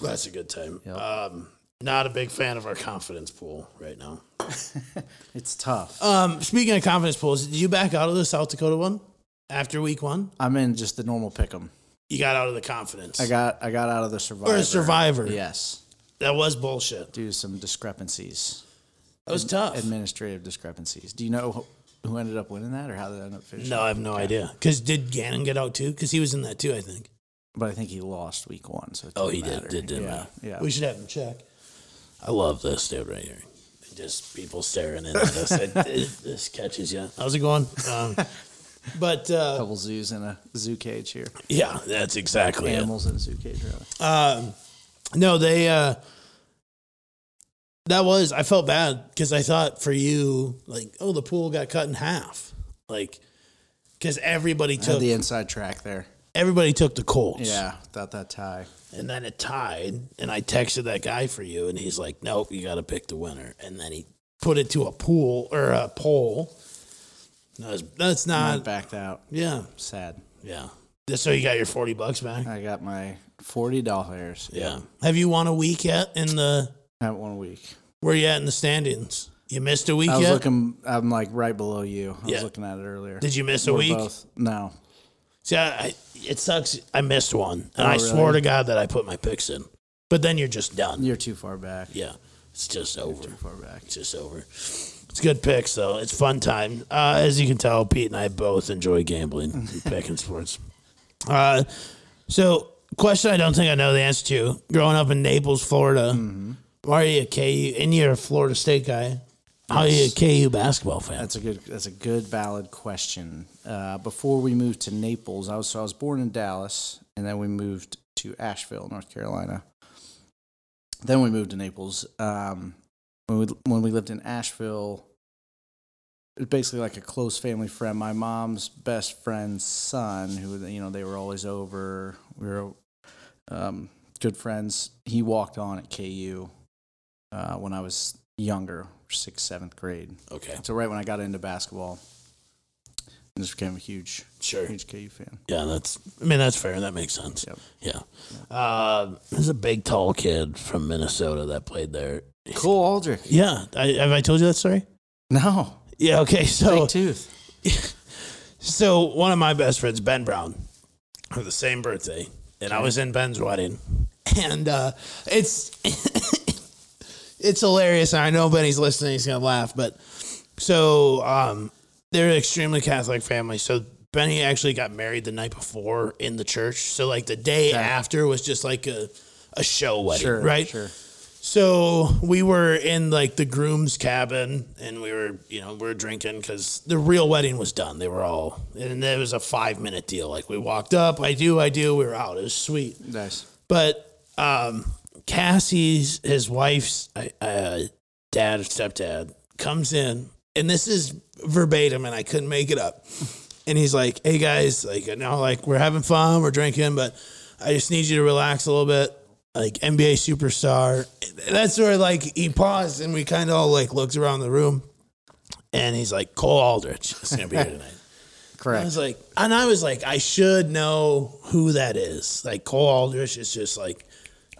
That's a good time.
Yep.
Um, not a big fan of our confidence pool right now.
It's tough.
Um, speaking of confidence pools, did you back out of the South Dakota one after week one?
I'm in just the normal pick'em.
You got out of the confidence.
I got I got out of the survivor.
or a survivor.
Yes,
That was bullshit.
due to some discrepancies,
That was tough.
administrative discrepancies. Do you know who ended up winning that, or how they ended up finishing?
no, I have no idea. Because did Gannon get out too? Because he was in that too, I think.
but I think he lost week one. So it
Oh, he
didn't
did.
matter.
Did didn't
yeah, yeah.
We should have him check. I love this dude right here. Just people staring in at us. It- it- this catches you. How's it going? Um, but uh,
couple zoos in a zoo cage here.
yeah, that's exactly it.
Animals in a zoo cage, rather.
Um, no, they. Uh, that was I felt bad because I thought for you like oh the pool got cut in half like because everybody
I had
took
the inside track there.
everybody took the Colts
Yeah, without that tie.
and then it tied and I texted that guy for you and he's like nope you got to pick the winner and then he put it to a pool or a pole. No, that's- that's
I
not
backed out.
yeah
Sad.
yeah. Just so you got your forty bucks back.
I got my forty dollars.
Yeah. Have you won a week yet in the
Not one week.
Where you at in the standings? You missed a week
I was
yet?
looking. I'm like right below you. I
Yeah.
was looking at it earlier.
Did you miss a
We're
week?
both- No.
See, I, I, it sucks. I missed one,
Oh,
and I
really?
swore to God that I put my picks in. But then you're just done.
You're too far back.
yeah, it's just over.
Too far back.
It's just over. It's good picks though. It's fun time. Uh, as you can tell, Pete and I both enjoy gambling, and picking sports. Uh, so, question I don't think I know the answer to. Growing up in Naples, Florida,
Mm-hmm.
why are you a KU? And you're a Florida State guy. How are you a KU basketball fan?
That's a good. That's a good, valid question. Uh, before we moved to Naples, I was so I was born in Dallas, and then we moved to Asheville, North Carolina. Then we moved to Naples. Um, when we when we lived in Asheville, it was basically like a close family friend. My mom's best friend's son, who you know they were always over. We were um, good friends. He walked on at KU uh, when I was younger, sixth, seventh grade.
okay,
So right when I got into basketball, I just became a huge,
sure.
huge KU fan.
Yeah, that's. I mean, that's fair. That makes sense.
Yep.
Yeah. Uh, there's a big, tall kid from Minnesota that played there.
Cole Aldrich.
Yeah. I, have I told you that story?
No,
Yeah. Okay. So,
big tooth.
so one of my best friends, Ben Brown, had the same birthday, and I was in Ben's wedding, and uh, it's it's hilarious. And I know Benny's listening; he's gonna laugh. But so um, they're an extremely Catholic family. So Benny actually got married the night before in the church. So like the day after was just like a a show wedding,
Sure,
right?
Sure.
So we were in like the groom's cabin and we were, you know, we were drinking because the real wedding was done. They were all, and it was a five minute deal. Like we walked up, I do, I do, we were out. It was sweet.
Nice.
But um, Cassie's, his wife's uh, uh, dad or stepdad comes in, and this is verbatim, and I couldn't make it up. And he's like, "Hey guys, like I know, like we're having fun, we're drinking, but I just need you to relax a little bit." Like NBA superstar. That's where like he paused, and we kind of all like looked around the room, and he's like, "Cole Aldrich is gonna be here tonight." I
Correct.
was like, and I was like, I should know who that is. Like Cole Aldrich is just like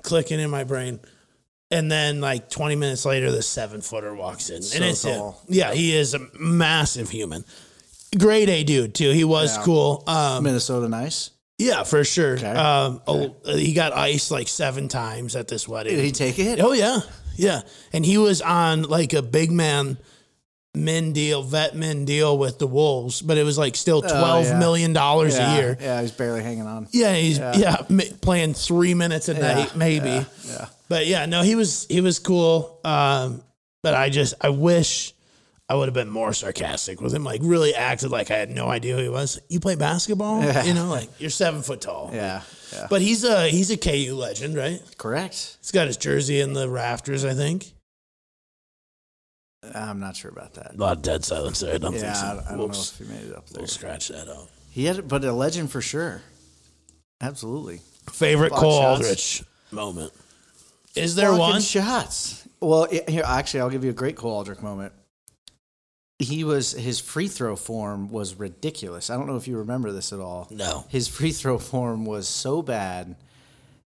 clicking in my brain. And then like 20 minutes later, the seven footer walks in, and it's him.
tall.
Yeah, he is a massive human, grade A dude too. He was
Yeah.
cool. Um,
Minnesota nice.
yeah, for sure.
Okay.
Um, oh, he got iced like seven times at this wedding.
Did he take it?
Oh yeah, yeah. And he was on like a big man men deal, vet men deal with the Wolves, but it was like still twelve million
Oh, yeah.
dollars
yeah,
a year.
Yeah, he's barely hanging on.
Yeah, he's yeah, ma- playing three minutes a night maybe.
Yeah.
But yeah, no, he was he was cool. Um, but I just I wish I would have been more sarcastic with him. Like really acted like I had no idea who he was. You play basketball, you know, like you're seven foot tall.
Yeah. yeah.
But he's a he's a KU legend, right?
Correct.
He's got his jersey in the rafters, I think.
I'm not sure about that.
A lot of dead silence there. I don't
Yeah,
think so.
I, I don't know
Whoops.
if he made it up there.
We'll scratch that out.
He had, but a legend for sure. Absolutely.
Favorite
Fuck
Cole
shots.
Aldrich moment. Is there
Fucking
one?
shots. Well, i- here actually, I'll give you a great Cole Aldrich moment. He was his free throw form was ridiculous. I don't know if you remember this at all.
No.
his free throw form was so bad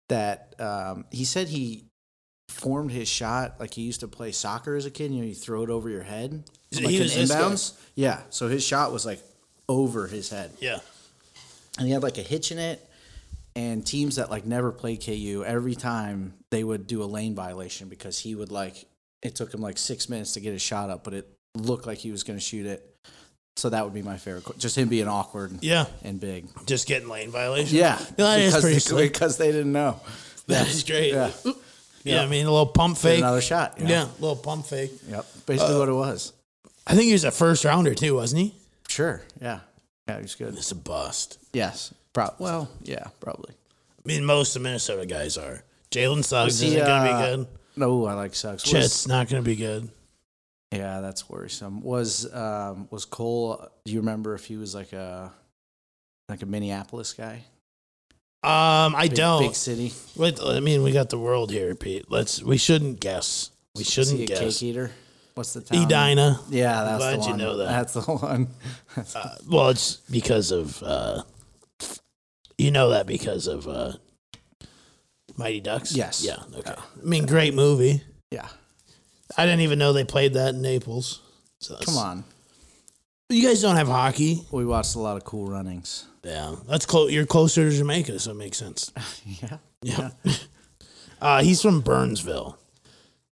that um, he said he formed his shot like he used to play soccer as a kid. You know, you throw it over your head,
So
like
he
in
was this guy?
inbounds. Yeah, so his shot was like over his head
Yeah.
and he had like a hitch in it. And teams that like never play KU, every time they would do a lane violation because he would like it took him like six minutes to get his shot up, but it looked like he was going to shoot it. So that would be my favorite, qu- just him being awkward
Yeah.
and big.
Just getting lane violations.
Yeah,
That is
because,
pretty
they,
slick.
because they didn't know.
That is great.
Yeah,
Yeah. I mean, a little pump fake.
another shot. you know?
yeah, Uh, a little pump fake.
yep. Basically, what it was.
I think he was a first rounder too, wasn't he?
Sure. Yeah. Yeah, he was good.
It's a bust.
Yes. Pro- well, yeah, probably.
I mean, most of the Minnesota guys are. Jalen Suggs
he,
isn't
uh,
going to be good.
No, I like sucks. Was-
Chet's not going to be good.
Yeah, that's worrisome. Was um was Cole? Do you remember if he was like a like a Minneapolis guy?
Um, I
Big,
don't.
big city.
Wait, I mean, we got the world here, Pete. Let's. We shouldn't guess. We
Is he
shouldn't
a
guess. E
cake eater? What's the town?
Edina.
Yeah, that's
Glad
the
you
one.
know that.
That's the one.
Uh, well, it's because of. Uh, you know that because of uh, Mighty Ducks.
Yes.
Yeah. Okay. I mean, great movie.
yeah,
I didn't even know they played that in Naples. So that's-
come on.
You guys don't have hockey.
We watched a lot of cool runnings.
Yeah. That's close. You're closer to Jamaica, so it makes sense.
Yeah,
Yeah. uh, he's from Burnsville.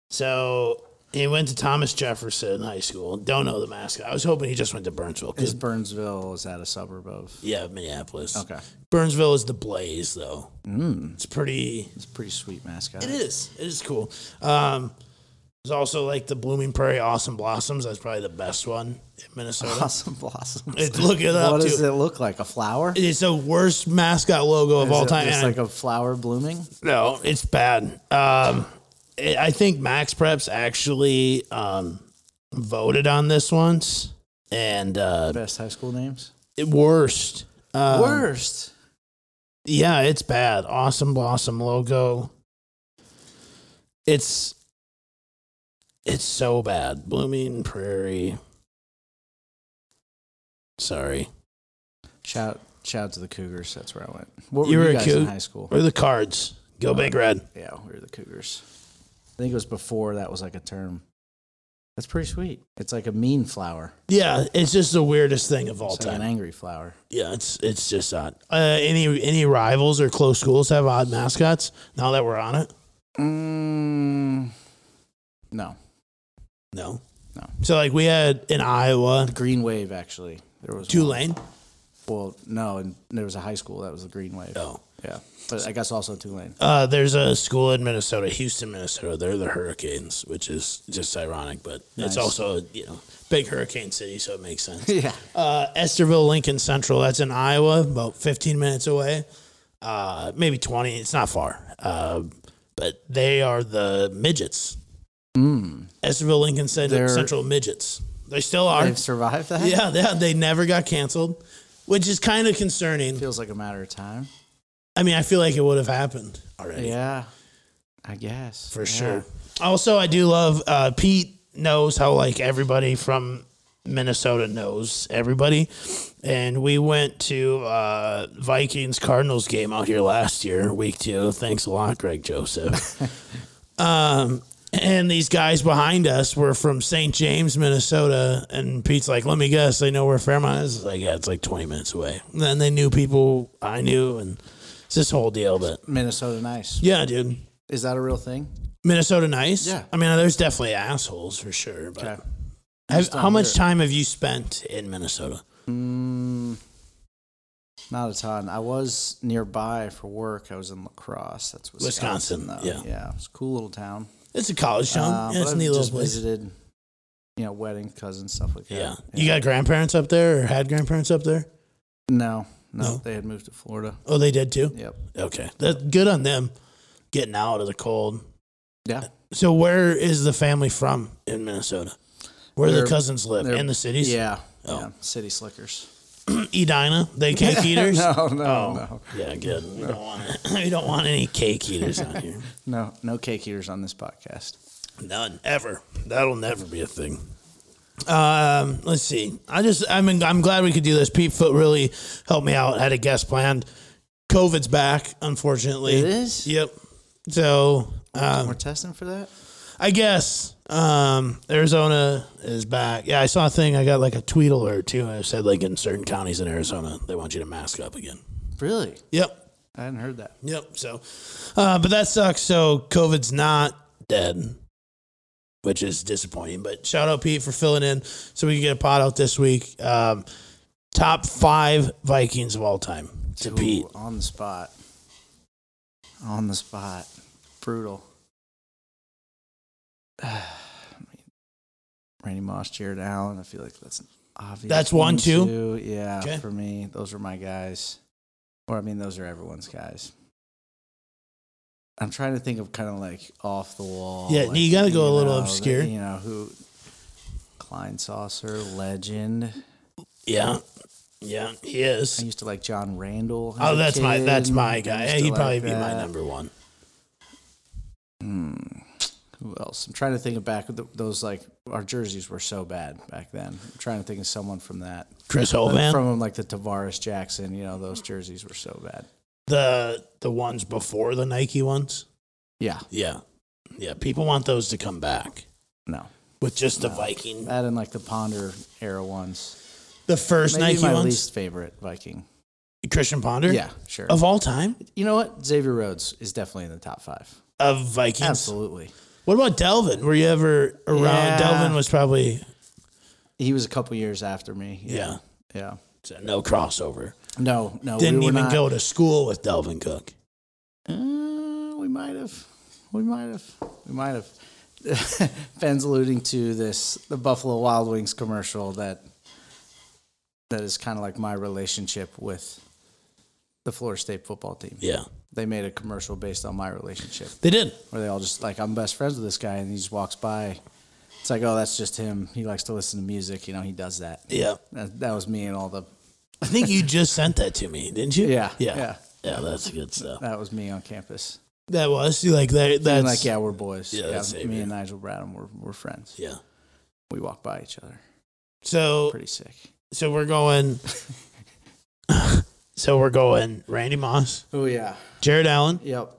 So he went to Thomas Jefferson High School. Don't know the mascot. I was hoping he just went to Burnsville.
because
Cause,
Burnsville is that a suburb of?
yeah, Minneapolis.
Okay, Mm.
Burnsville is the Blaze, though. It's pretty.
it's a pretty sweet mascot.
It is. It is cool. Um, there's also like the Blooming Prairie Awesome Blossoms. That's probably the best one in Minnesota.
Awesome blossoms.
It's, look it up.
what does
too.
it look like? A flower?
It is the worst mascot logo of all time.
It's
and I-
like a flower blooming.
No, it's bad. Um, it, I think Max Preps actually um, voted on this once, and uh,
Best high school names.
it- worst. Um,
Worst.
Yeah, it's bad. Awesome Blossom logo. It's it's so bad. Blooming Prairie. Sorry,
Shout shout out to the Cougars. That's where I went. What
You
were
were
you
a
guys in
Coug-
high school?
where are the cards? Go Big Red.
Yeah, we were the Cougars. I think it was before that was like a term. That's pretty sweet. It's like a mean flower.
Yeah, it's just the weirdest thing of all
It's like
time.
an angry flower.
Yeah, it's it's just odd. Uh, any any rivals or close schools have odd mascots? Now that we're on it,
Mm, no.
no,
No.
So like we had in Iowa,
The Green Wave actually. There was one.
Tulane.
Well, no, and there was a high school that was the Green Wave.
No,
Yeah. But I guess also Tulane.
uh, there's a school in Minnesota, Houston, Minnesota. They're the Hurricanes, which is just ironic, but it's
Nice.
also you know big hurricane city, so it makes sense.
yeah.
uh, Esterville, Lincoln Central. That's in Iowa, about 15 minutes away, uh, maybe 20. It's not far, uh, but they are the midgets. Esterville, Lincoln Cent-
Hmm. They're-
Central midgets. They still are.
They've survived that?
Yeah, yeah, they never got canceled, which is kind of concerning.
Feels like a matter of time.
I mean, I feel like it would have happened already
Yeah. I guess.
for
Yeah.
sure. Also, I do love uh, Pete knows how like everybody from Minnesota knows everybody, and we went to uh, Vikings Cardinals game out here last year, week two. Thanks a lot, Greg Joseph. um, and these guys behind us were from St. James, Minnesota, and Pete's like, "Let me guess, they know where Fairmont is." I was like, yeah, it's like twenty minutes away. And then they knew people I knew, and it's this whole deal. But
Minnesota Nice.
yeah, dude.
Is that a real thing?
Minnesota nice.
Yeah.
I mean, there's definitely assholes for sure. But
Okay.
have,
Just
how
on
much
there.
time have you spent in Minnesota?
Mm, not a ton. I was nearby for work. I was in Lacrosse. That's Wisconsin.
Wisconsin, yeah.
it's a cool little town.
It's a college town.
Uh,
yeah,
but
it's a
I've
neat little
just
place.
visited, you know, wedding, cousins, stuff like that.
yeah. You got grandparents up there or had grandparents up there?
no, no,
No?
They had moved to Florida.
Oh, they did too?
Yep.
Okay. That, good on them getting out of the cold.
Yeah.
So, where is the family from in Minnesota? Where do the
They're-
cousins live?
they're-
In the cities?
Yeah.
Oh.
yeah. City slickers.
Edina, they cake eaters.
No, no,
Oh,
no,
yeah, good. We don't want we don't want any cake eaters on here.
no, no cake eaters on this podcast.
None ever. That'll never be a thing. Um, let's see. I just I mean I'm glad we could do this. Pete Foot really helped me out. Had a guest planned. COVID's back, unfortunately.
It is?
Yep. So um,
We're testing for that.
I guess um, Arizona is back. Yeah, I saw a thing. I got like a tweet alert too. And it said like in certain counties in Arizona they want you to mask up again.
Really?
Yep.
I hadn't heard that.
Yep. So, uh, but that sucks. So COVID's not dead, which is disappointing. But shout out Pete for filling in, so we can get a pot out this week. Um, top five Vikings of all time to
Ooh,
Pete.
on the spot. On the spot. Brutal. Randy Moss, Jared Allen. I feel like that's an obvious.
That's one, too?
too. Yeah,
Okay.
for me, those are my guys. Or I mean, those are everyone's guys. I'm trying to think of kind of like off the wall.
Yeah,
like,
you gotta go a little
know,
obscure.
you know who? Klein Saucer, legend.
Yeah, yeah, he
I
is.
used to like John Randall. as
Oh,
a
that's my
kid.
that's
I
my guy.
used to
He'd
like
probably be my
that. Hmm.
number one.
Who else? I'm trying to think of back th- those like our jerseys were so bad back then. I'm trying to think of someone from that.
Chris Hovan.
From like the Tavares Jackson, you know, those jerseys were so bad.
the the ones before the Nike ones.
Yeah,
Yeah, yeah. People want those to come back
no.
with just the Viking,
That and like the Ponder era ones.
the first
Maybe
Nike
my
ones.
least favorite Viking.
Christian Ponder.
Yeah, sure.
Of all time?
you know what? Xavier Rhodes is definitely in the top five.
Of Vikings.
Absolutely.
What about Delvin? Were you ever around?
Yeah.
Delvin was probably,
He was a couple years after me.
yeah,
Yeah.
so no crossover.
No, no. we
Didn't
were
even
not-
go to school with Delvin Cook.
Uh, we might have. We might have. We might have. Ben's alluding to this the Buffalo Wild Wings commercial that that is kind of like my relationship with the Florida State football team.
Yeah.
They made a commercial based on my relationship
They did.
where they all just like I'm best friends with this guy and he just walks by. It's like, oh, that's just him. He likes to listen to music, you know, he does that.
Yeah.
That, that was me and all the
I think you just sent that to me, didn't you?
Yeah,
Yeah. Yeah,
yeah.
that's good stuff.
that was me on campus.
That was you like that that's
And like, yeah, we're boys.
Yeah, that's it,
me
yeah.
and Nigel Bradham, we're we're friends.
yeah.
we walk by each other.
So
Pretty sick.
so we're going So we're going Randy Moss,
Oh yeah.
Jared Allen,
Yep.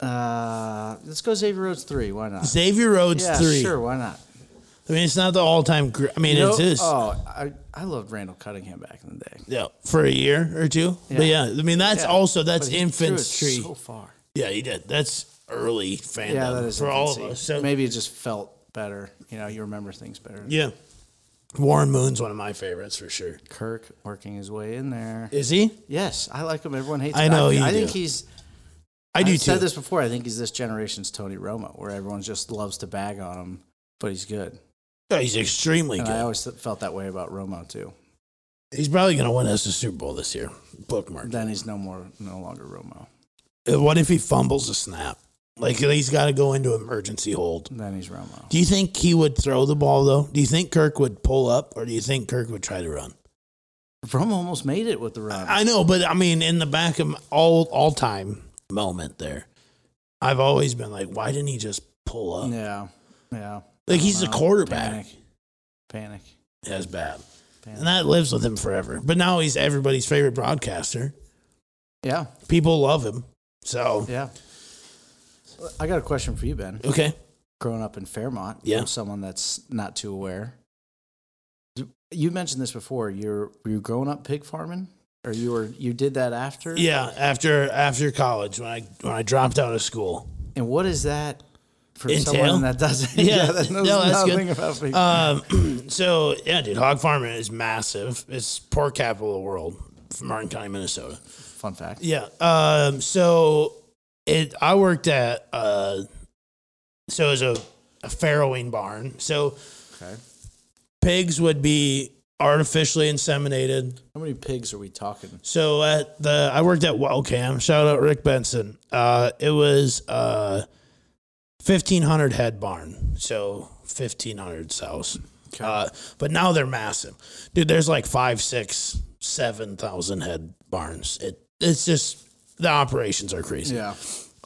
Uh, let's go Xavier Rhodes three. Why not?
Xavier Rhodes
yeah,
three.
sure. Why not?
I mean it's not the all time gr- I mean
You know-
it's his.
Oh, I I loved Randall Cunningham back in the day.
Yeah, for a year or two. But yeah,
Yeah.
I mean that's
Yeah.
also that's
But he threw it
infantry.
So far.
yeah, he did. That's early fandom
Yeah, that is
for all of
infancy.
us. So
maybe it just felt better. You know, you remember things better.
yeah, Warren Moon's one of my favorites for sure.
Kirk working his way in there.
Is he?
Yes, I like him. Everyone hates
I
him.
know
I,
you
I think
do.
he's.
I do
I've
too.
said this before. I think he's this generation's Tony Romo, where everyone just loves to bag on him, but he's good.
Yeah, he's extremely
And
good.
I always th- felt that way about Romo too.
he's probably going to win us the Super Bowl this year. Bookmark.
Then he's no more, no longer Romo.
Uh, what if he fumbles a snap? Like he's got to go into emergency hold.
Then he's Romo.
Do you think he would throw the ball though? Do you think Kirk would pull up, or do you think Kirk would try to run?
Romo almost made it with the run.
I know, but I mean, in the back of my all all time moment there, I've always been like, why didn't he just pull up?
yeah, yeah.
Like he's a
Wow.
quarterback.
Panic. Panic.
That's bad,
Panic.
and that lives with him forever. But now he's everybody's favorite broadcaster.
yeah,
People love him. So
yeah. I got a question for you, Ben.
okay,
Growing up in Fairmont,
Yeah.
from someone that's not too aware. d- You mentioned this before. You're were you growing up pig farming, or you were you did that after?
yeah. After after college, when I when I dropped out of school,
And what is that for
Entail?
someone that doesn't?
Yeah.
that knows
No, that's good.
nothing about pig.
um, so yeah, dude, hog farming is massive. It's pork capital of the world, Martin County, Minnesota.
Fun fact.
Yeah. Um, so it I worked at uh, so it was a, a farrowing barn. So
Okay.
pigs would be artificially inseminated.
How many pigs are we talking?
So at the I worked at Wellcam. Shout out Rick Benson. Uh, it was uh, fifteen hundred head barn. So fifteen hundred sows. Uh, but now they're massive, dude. There's like five, six, seven thousand head barns. It it's just the operations are crazy.
Yeah.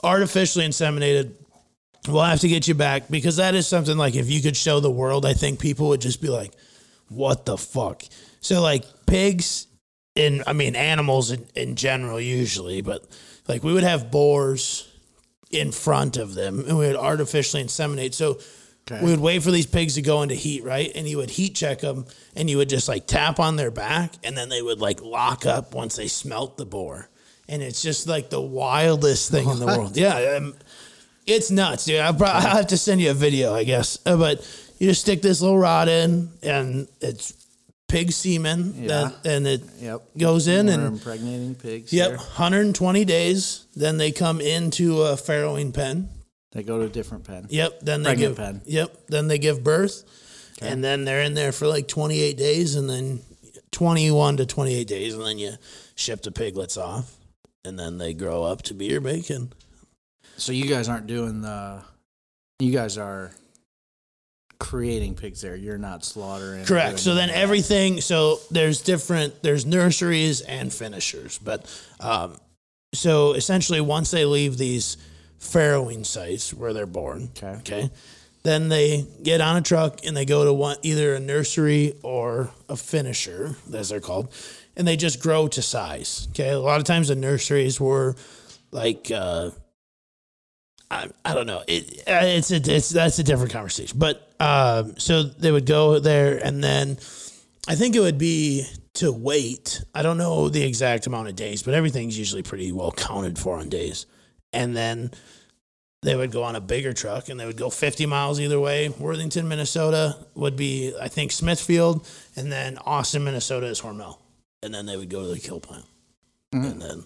Artificially inseminated. We'll have to get you back because that is something like if you could show the world, I think people would just be like, "What the fuck?" So like pigs in I mean animals in, in general usually, but like we would have boars in front of them and we would artificially inseminate. So
Okay.
we would wait for these pigs to go into heat, right? And you would heat check them and you would just like tap on their back and then they would like lock up once they smelt the boar. And it's just like the wildest thing in the world. Yeah. Um, it's nuts, dude. I'll, probably, I'll have to send you a video, I guess. Uh, but you just stick this little rod in and it's pig semen
Yeah.
that, and it
Yep.
goes in
We're
and
impregnating pigs.
Yep,
here.
120 days. Then they come into a farrowing pen.
They go to a different pen.
Yep, then they
Pregnant
give
pen.
Yep, then they give birth, and then they're in there for like 28 days, and then 21 to 28 days, and then you ship the piglets off, and then they grow up to be your bacon.
So you guys aren't doing the. You guys are creating pigs there. You're not slaughtering.
Correct. So
doing-
then everything. So there's different. There's nurseries and finishers, but um, so essentially, once they leave these farrowing sites where they're born,
Okay.
okay, then they get on a truck and they go to one either a nursery or a finisher, as they're called, and they just grow to size. Okay, a lot of times the nurseries were like. Uh, I, I don't know. It, uh, it's a, it's that's a different conversation. But um, so they would go there, and then I think it would be to wait. I don't know the exact amount of days, but everything's usually pretty well counted for on days. And then they would go on a bigger truck, and they would go 50 miles either way. Worthington, Minnesota would be I think Smithfield, and then Austin, Minnesota is Hormel, and then they would go to the kill plant, and then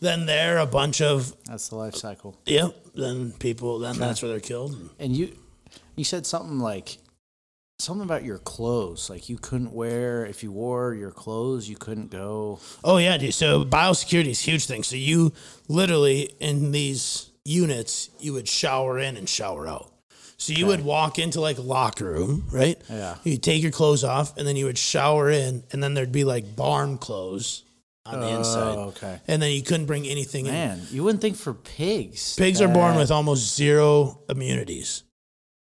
then there a bunch of
that's the life cycle.
Yep. Then people. Then that's where they're killed.
And you, you said something like, something about your clothes. Like you couldn't wear if you wore your clothes, you couldn't go.
Oh yeah, dude. So biosecurity is a huge thing. So you literally in these units, you would shower in and shower out. So you would walk into like a locker room, right?
Yeah.
You take your clothes off, and then you would shower in, and then there'd be like barn clothes on the inside,
Oh, okay.
and then you couldn't bring anything in.
Man, you wouldn't think for pigs.
Pigs are born
that
with almost zero immunities.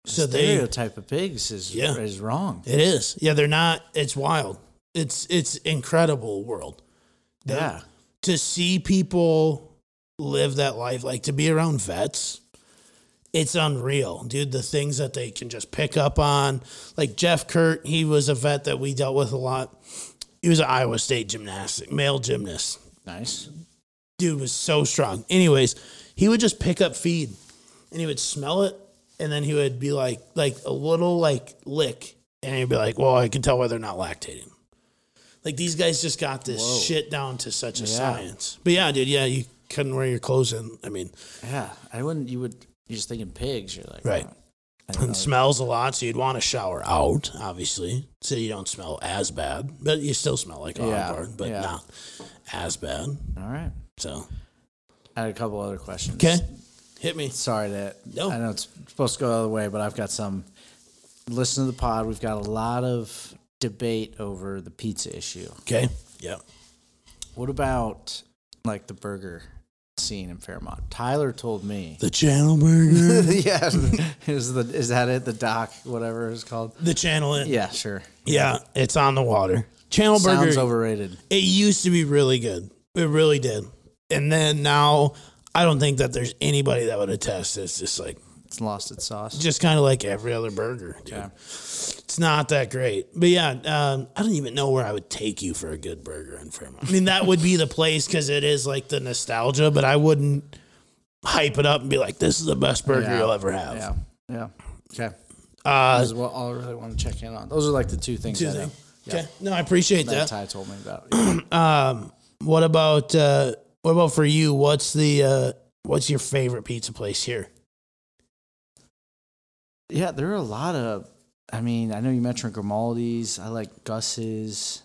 So they
stereotype of pigs is
Yeah.
is wrong.
It is. Yeah, they're not. It's wild. It's it's incredible world
Yeah.
to see people live that life. Like to be around vets, it's unreal, dude. The things that they can just pick up on. Like Jeff Kurt, he was a vet that we dealt with a lot. He was an Iowa State gymnastic male gymnast.
Nice.
Dude was so strong. Anyways, he would just pick up feed and he would smell it and then he would be like like a little like lick and he'd be like well i can tell why they're not lactating like these guys just got this shit down to such a
Yeah.
science but yeah dude yeah you couldn't wear your clothes in i mean
Yeah. I wouldn't you would you're just thinking pigs, you're like
Right. and smells a lot so you'd want to shower out obviously so you don't smell as bad but you still smell like a
Yeah,
barn, but
yeah.
not as bad
"Oh, all right.
so
I had a couple other questions.
okay hit me
Sorry that
No.
I know it's supposed to go the other way, but I've got some listen to the pod. We've got a lot of debate over the pizza issue.
okay yeah
What about like the burger scene in Fairmont? Tyler told me.
the channel burger
yeah, is the is that it? The doc, whatever it's called.
the channel in.
Yeah, sure.
yeah it's on the water channel burger
Sounds overrated.
It used to be really good. It really did. And then now, I don't think that there's anybody that would attest. It's just like,
It's lost its sauce.
just kind of like every other burger. Dude. It's not that great. But yeah, um, I don't even know where I would take you for a good burger in Fairmont. I mean, that would be the place because it is like the nostalgia, but I wouldn't hype it up and be like, this is the best burger
Yeah.
you'll ever have.
Yeah, yeah. Okay,
Uh,
that's what I really want to check in on. Those are like the two things.
two
I
thing.
know
Okay. No, I appreciate
that
that.
Ty told me about.
Um, What about uh what about for you? What's the uh what's your favorite pizza place here?
yeah, there are a lot of. I mean, I know you mentioned Grimaldi's. I like Gus's.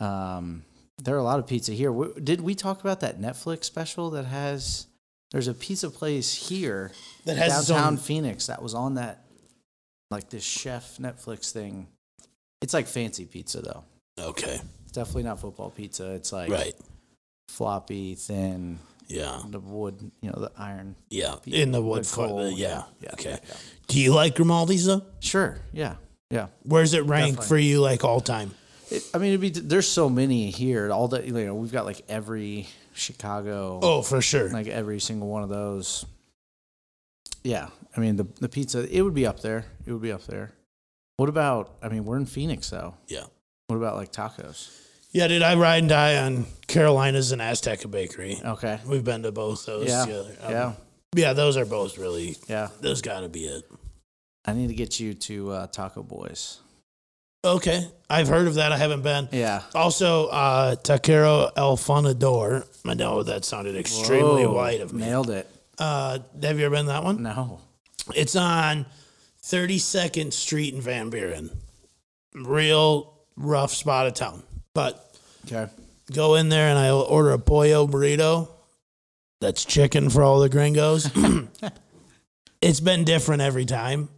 Um, there are a lot of pizza here. W- Did we talk about that Netflix special that has? There's a pizza place here
That has its
downtown
own-
Phoenix that was on that, like this chef Netflix thing. It's like fancy pizza though.
Okay.
It's definitely not football pizza. It's like
Right.
floppy, thin,
Yeah.
the wood, you know, the iron.
Yeah. In the wood.
Wood
fo-
coal,
yeah.
yeah,
Okay.
yeah.
Do you like Grimaldi's though?
Sure. Yeah. Yeah.
Where's it ranked
Definitely.
for you, like all time?
It, I mean, it'd be, there's so many here. All the, you know, we've got like every Chicago,
Oh, for sure.
like every single one of those. Yeah. I mean, the, the pizza, it would be up there. It would be up there. What about, I mean, we're in Phoenix though.
yeah.
What about like tacos?
Yeah, dude. I ride and die on Carolina's and Azteca Bakery.
Okay.
We've been to both those.
Yeah.
together. Um,
Yeah.
Yeah, those are both really.
Yeah.
Those got to be it.
I need to get you to uh, Taco Boys.
Okay, I've heard of that. I haven't been.
Yeah.
Also, uh, Taquero El Fonador. I know that sounded extremely
Whoa,
white of me.
Nailed it.
Uh, have you ever been to that one?
No.
It's on 32nd Street in Van Buren. Real rough spot of town. But
Okay.
go in there and I order a pollo burrito. That's chicken for all the gringos. it's been different every time,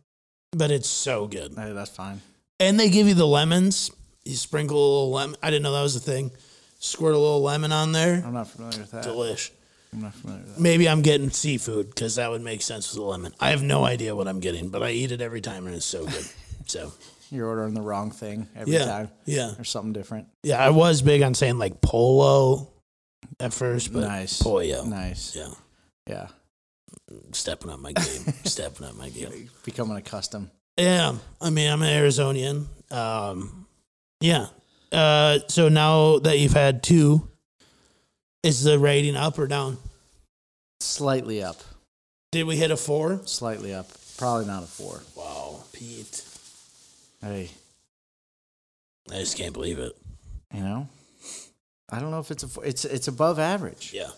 but it's so good.
Hey, that's fine.
And they give you the lemons. You sprinkle a little lemon. I didn't know that was a thing. Squirt a little lemon on there.
I'm not familiar with that.
Delish.
I'm not familiar with that.
Maybe I'm getting seafood because that would make sense with the lemon. I have no idea what I'm getting, but I eat it every time and it's so good. So
You're ordering the wrong thing every
yeah,
time
yeah,
or something different.
yeah. I was big on saying like polo at first, but
nice.
pollo.
Nice.
Yeah,
Yeah.
stepping up my game, stepping up my game.
Becoming accustomed.
Yeah, I mean I'm an Arizonian. Um, yeah. Uh, so now that you've had two, is the rating up or down?
Slightly up.
Did we hit a four?
Slightly up. Probably not a four.
Wow, Pete!
Hey,
I just can't believe it.
you know? I don't know if it's a four. It's, it's above average.
Yeah.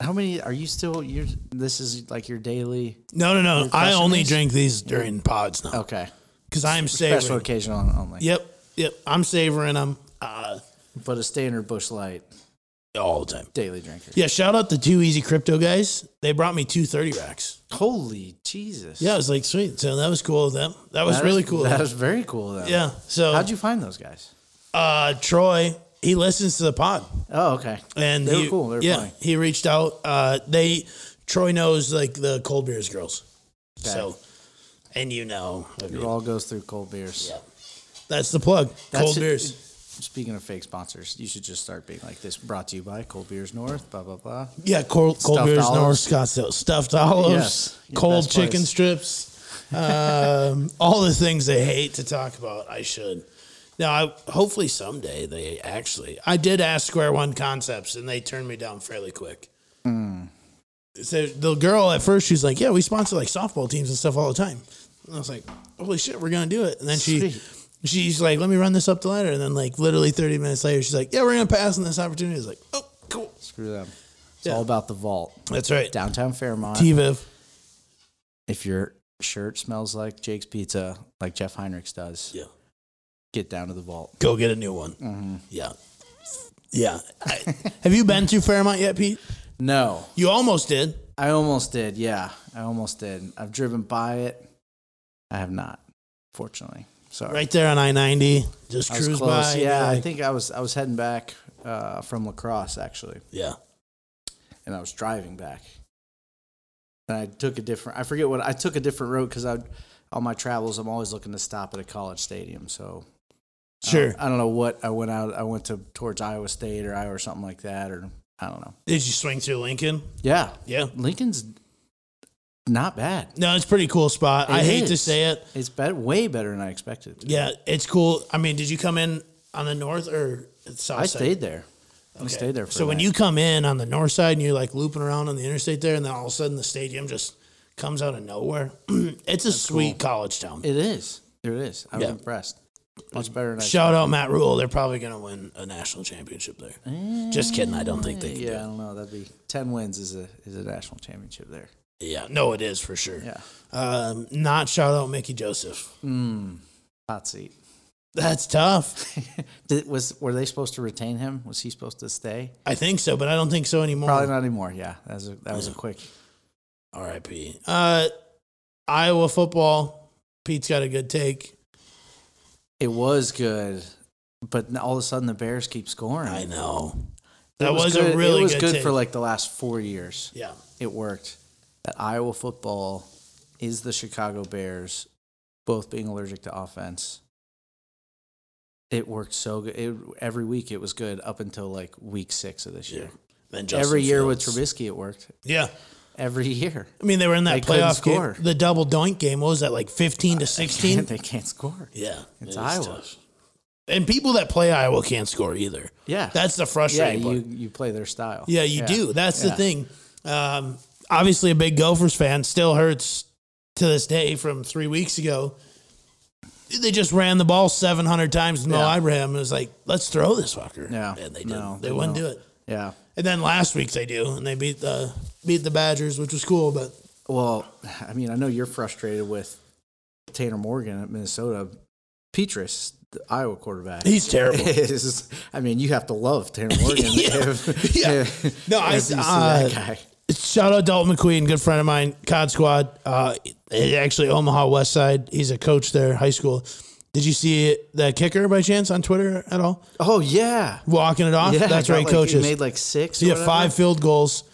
How many are you still? You're, this is like your daily.
No, no, no.
Your
I
question
only
is?
drink these during pods now
Okay.
because I'm savoring.
Special occasion on- only.
Yep, yep. I'm savoring them uh,
But a standard bush light
all the time.
daily drinker.
Yeah, shout out the two easy crypto guys. They brought me two 30 racks.
Holy Jesus.
Yeah, I was like, sweet. So that was cool of them. That was
That
really
is-
cool.
That was very cool, though.
yeah. So
How'd you find those guys?
uh, Troy, he listens to the pod.
Oh, okay.
And
They were
he,
cool. They were
yeah,
funny.
he reached out. Uh, they Troy knows like the cold beers girls.
Okay.
So and you know I mean,
It all goes through cold beers.
yeah. That's the plug.
That's
cold
it-
beers.
Speaking of fake sponsors, you should just start being like this. Brought to you by Cold Beers North. Blah blah blah.
Yeah, cold, cold
Stuffed
beers, North
olives.
Scottsdale, stuffed olives,
Yes, your
cold
best place.
chicken strips, um, all the things they hate to talk about. I should. Now, I, hopefully someday they actually. I did ask Square One Concepts, and they turned me down fairly quick.
Hmm.
So the girl at first, she's like, "Yeah, we sponsor like softball teams and stuff all the time." And I was like, "Holy shit, we're gonna do it!" And then she.
Sweet.
She's like, let me run this up the ladder. And then, like, literally 30 minutes later, she's like, yeah, we're going to pass on this opportunity. It's like, oh, cool.
Screw them. It's
Yeah.
all about the vault.
That's right.
Downtown Fairmont.
TVIV.
If your shirt smells like Jake's Pizza, like Jeff Heinrichs does,
Yeah.
get down to the vault.
Go get a new one.
Mm-hmm.
Yeah. Yeah. I- have you been to Fairmont yet, Pete?
No,
You almost did.
I almost did. Yeah, I almost did. I've driven by it. I have not, fortunately. Sorry.
Right there on I 90. Just
I was
cruise
close.
by.
yeah, I
like-
think I was I was heading back uh, from lacrosse actually,
Yeah.
and I was driving back, and I took a different. I forget what I took a different road because I, on my travels, I'm always looking to stop at a college stadium. So I don't-
Sure.
I don't, know what I went out. I went to towards Iowa State or Iowa or something like that, or I don't know.
Did you swing through Lincoln?
Yeah,
Yeah.
Lincoln's not bad.
No, it's a pretty cool spot. I
It
hate to
is.
say it.
It's bet way better than I expected. it to be.
Yeah, it's cool. I mean, did you come in on the north or south
I
side?
stayed there. I stayed there. For
So
a
when
night.
you come in on the north side and you're like looping around on the interstate there, and then all of a sudden the stadium just comes out of nowhere, it's a sweet college town.
It is. It is. I was
Yeah.
impressed. Much better than I
Shout out Matt Rule. They're probably going to win a national championship there. Just kidding. I don't think they can.
Yeah, I
Yeah.
don't know. That'd be ten wins is a is a national championship there.
Yeah. No, it is for sure.
Yeah,
Um, not shout out Mickey Joseph.
hot seat.
That's tough.
Did, was were they supposed to retain him? Was he supposed to stay?
I think so, but I don't think so anymore.
Probably not anymore. Yeah, that was a, that was a quick.
R.I.P. Uh, Iowa football. Pete's got a good take.
It was good, but all of a sudden the Bears keep scoring.
I
It
know. That was,
was
a really
It was
good,
good,
take.
for like the last four years.
yeah.
It worked. That Iowa football is the Chicago Bears, both being allergic to offense. It worked so good. It, every week it was good up until like week six of this
Yeah.
year.
Then
every
Justin
year with
Fields.
Trubisky, it worked.
Yeah.
Every year.
I mean, they were in that
They couldn't
playoff
score.
game. The double doink game. What was that, like 15 to 16?
they can't score.
Yeah.
It's
it is
Iowa.
tough. And people that play Iowa can't score either.
Yeah.
That's the
yeah,
frustrating part.
you, you play their style.
Yeah, you do. That's the
Yeah.
thing. Um, obviously, a big Gophers fan still hurts to this day from three weeks ago. They just ran the ball 700 times with Mo
Yeah.
Ibrahim. It was like, let's throw this fucker.
Yeah.
And they didn't.
No,
they
they
wouldn't
don't.
do it.
Yeah.
And then last week they do, and they beat the beat the Badgers, which was cool. But
Well, I mean, I know you're frustrated with Tanner Morgan at Minnesota. Petrus, the Iowa quarterback,
he's terrible.
is. I mean, you have to love Tanner Morgan.
Yeah.
if-
Yeah.
if-
No, I-
if you see
uh,
that guy.
Shout out Dalton McQueen, good friend of mine, COD Squad. Uh, actually, Omaha West Side. He's a coach there, high school. Did you see the kicker by chance on Twitter at all?
Oh yeah,
Walking it off.
yeah.
That's
got
right,
like,
coaches.
He made like six. or
So you have
whatever.
five field goals.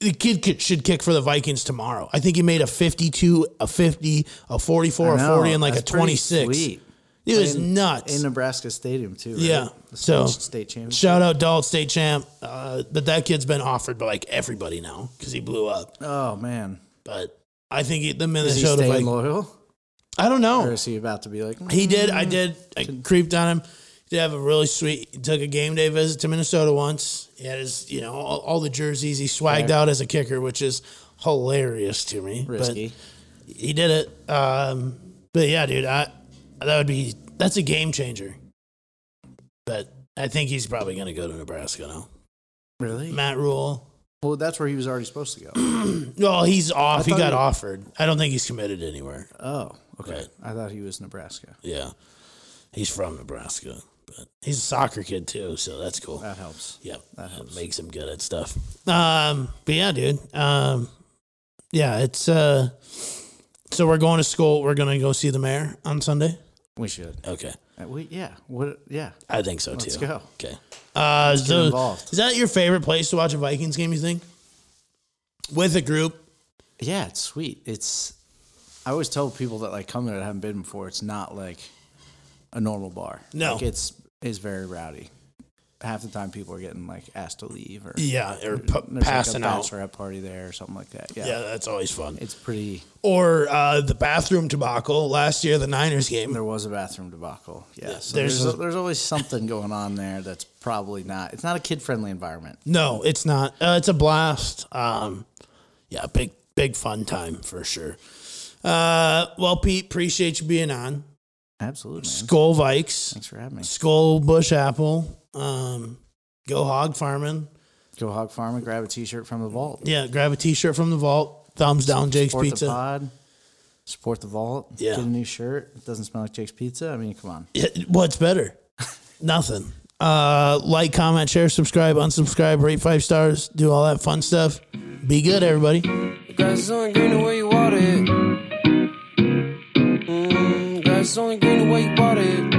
The kid could, should kick for the Vikings tomorrow. I think he made a 52, a 50, a 44,
I
a
know,
40, and like a
that's pretty
26.
sweet.
It was
In-
nuts.
in Nebraska Stadium too. Right?
yeah.
The
So
state, state championship.
shout out Dalt State champ. Uh, but that kid's been offered by like everybody now because he blew up.
oh man,
But I think he,
is
the
he
Minnesota
staying
Vikings.
loyal?
I
Or
don't know.
is he about to be like?
He did.
Mm.
I did. I creeped on him. He did have a really sweet. He took a game day visit to Minnesota once. He had his, you know, all, all the jerseys. He swagged out as a kicker, which is hilarious to me. but
risky?
he did it. Um, but yeah, dude, I that would be that's a game changer. But I think he's probably going to go to Nebraska now.
really?
Matt Rule.
Well, that's where he was already supposed to go.
Well, he's off. He
thought
got
he-
offered. I don't think he's committed anywhere.
Oh, okay.
Right.
I thought he was Nebraska.
Yeah, he's from Nebraska, but he's a soccer kid too, so that's cool.
That helps.
Yeah,
That helps.
makes him good at stuff. Um, but yeah, dude. Um, yeah, it's uh. So we're going to school. We're gonna go see the mayor on Sunday.
We should.
Okay,
Uh, We, yeah. What? Yeah.
I think so too.
Let's go.
Okay. Uh, so
involved.
is that your favorite place to watch a Vikings game? You think? With a group,
Yeah. It's sweet. It's. I always tell people that like come there that haven't been before. It's not like a normal bar.
No.
Like it's it's very rowdy. Half the time people are getting like asked to leave or
yeah, or p-
there's
passing
like a
out.
bachelorette party there or something like that. Yeah.
Yeah, that's always fun.
It's pretty.
Or uh, the bathroom debacle last year, the Niners game.
There was a bathroom debacle. Yeah. So
there's
there's
a-
there's, always something going on there that's probably not. It's not a kid friendly environment.
No, it's not. Uh, it's a blast. Um, yeah, big big fun time for sure. Uh, well, Pete, appreciate you being on.
Absolutely. man.
Skull Vikes,
Thanks for having me.
Skull Bush Apple. Um, go hog farming.
Go hog farm and grab a t-shirt from the vault.
Yeah, grab a T-shirt from the vault. Thumbs down, Jake's
Support
Pizza.
the pod. Support the vault.
Yeah.
Get a new shirt. It doesn't smell like Jake's Pizza. I mean, come on.
Yeah, What's better? Nothing. Uh, like, comment, share, subscribe, unsubscribe, rate five stars, do all that fun stuff. Be good, everybody.
The grass is only green the way you water it. Mm, grass is only green the way you water it.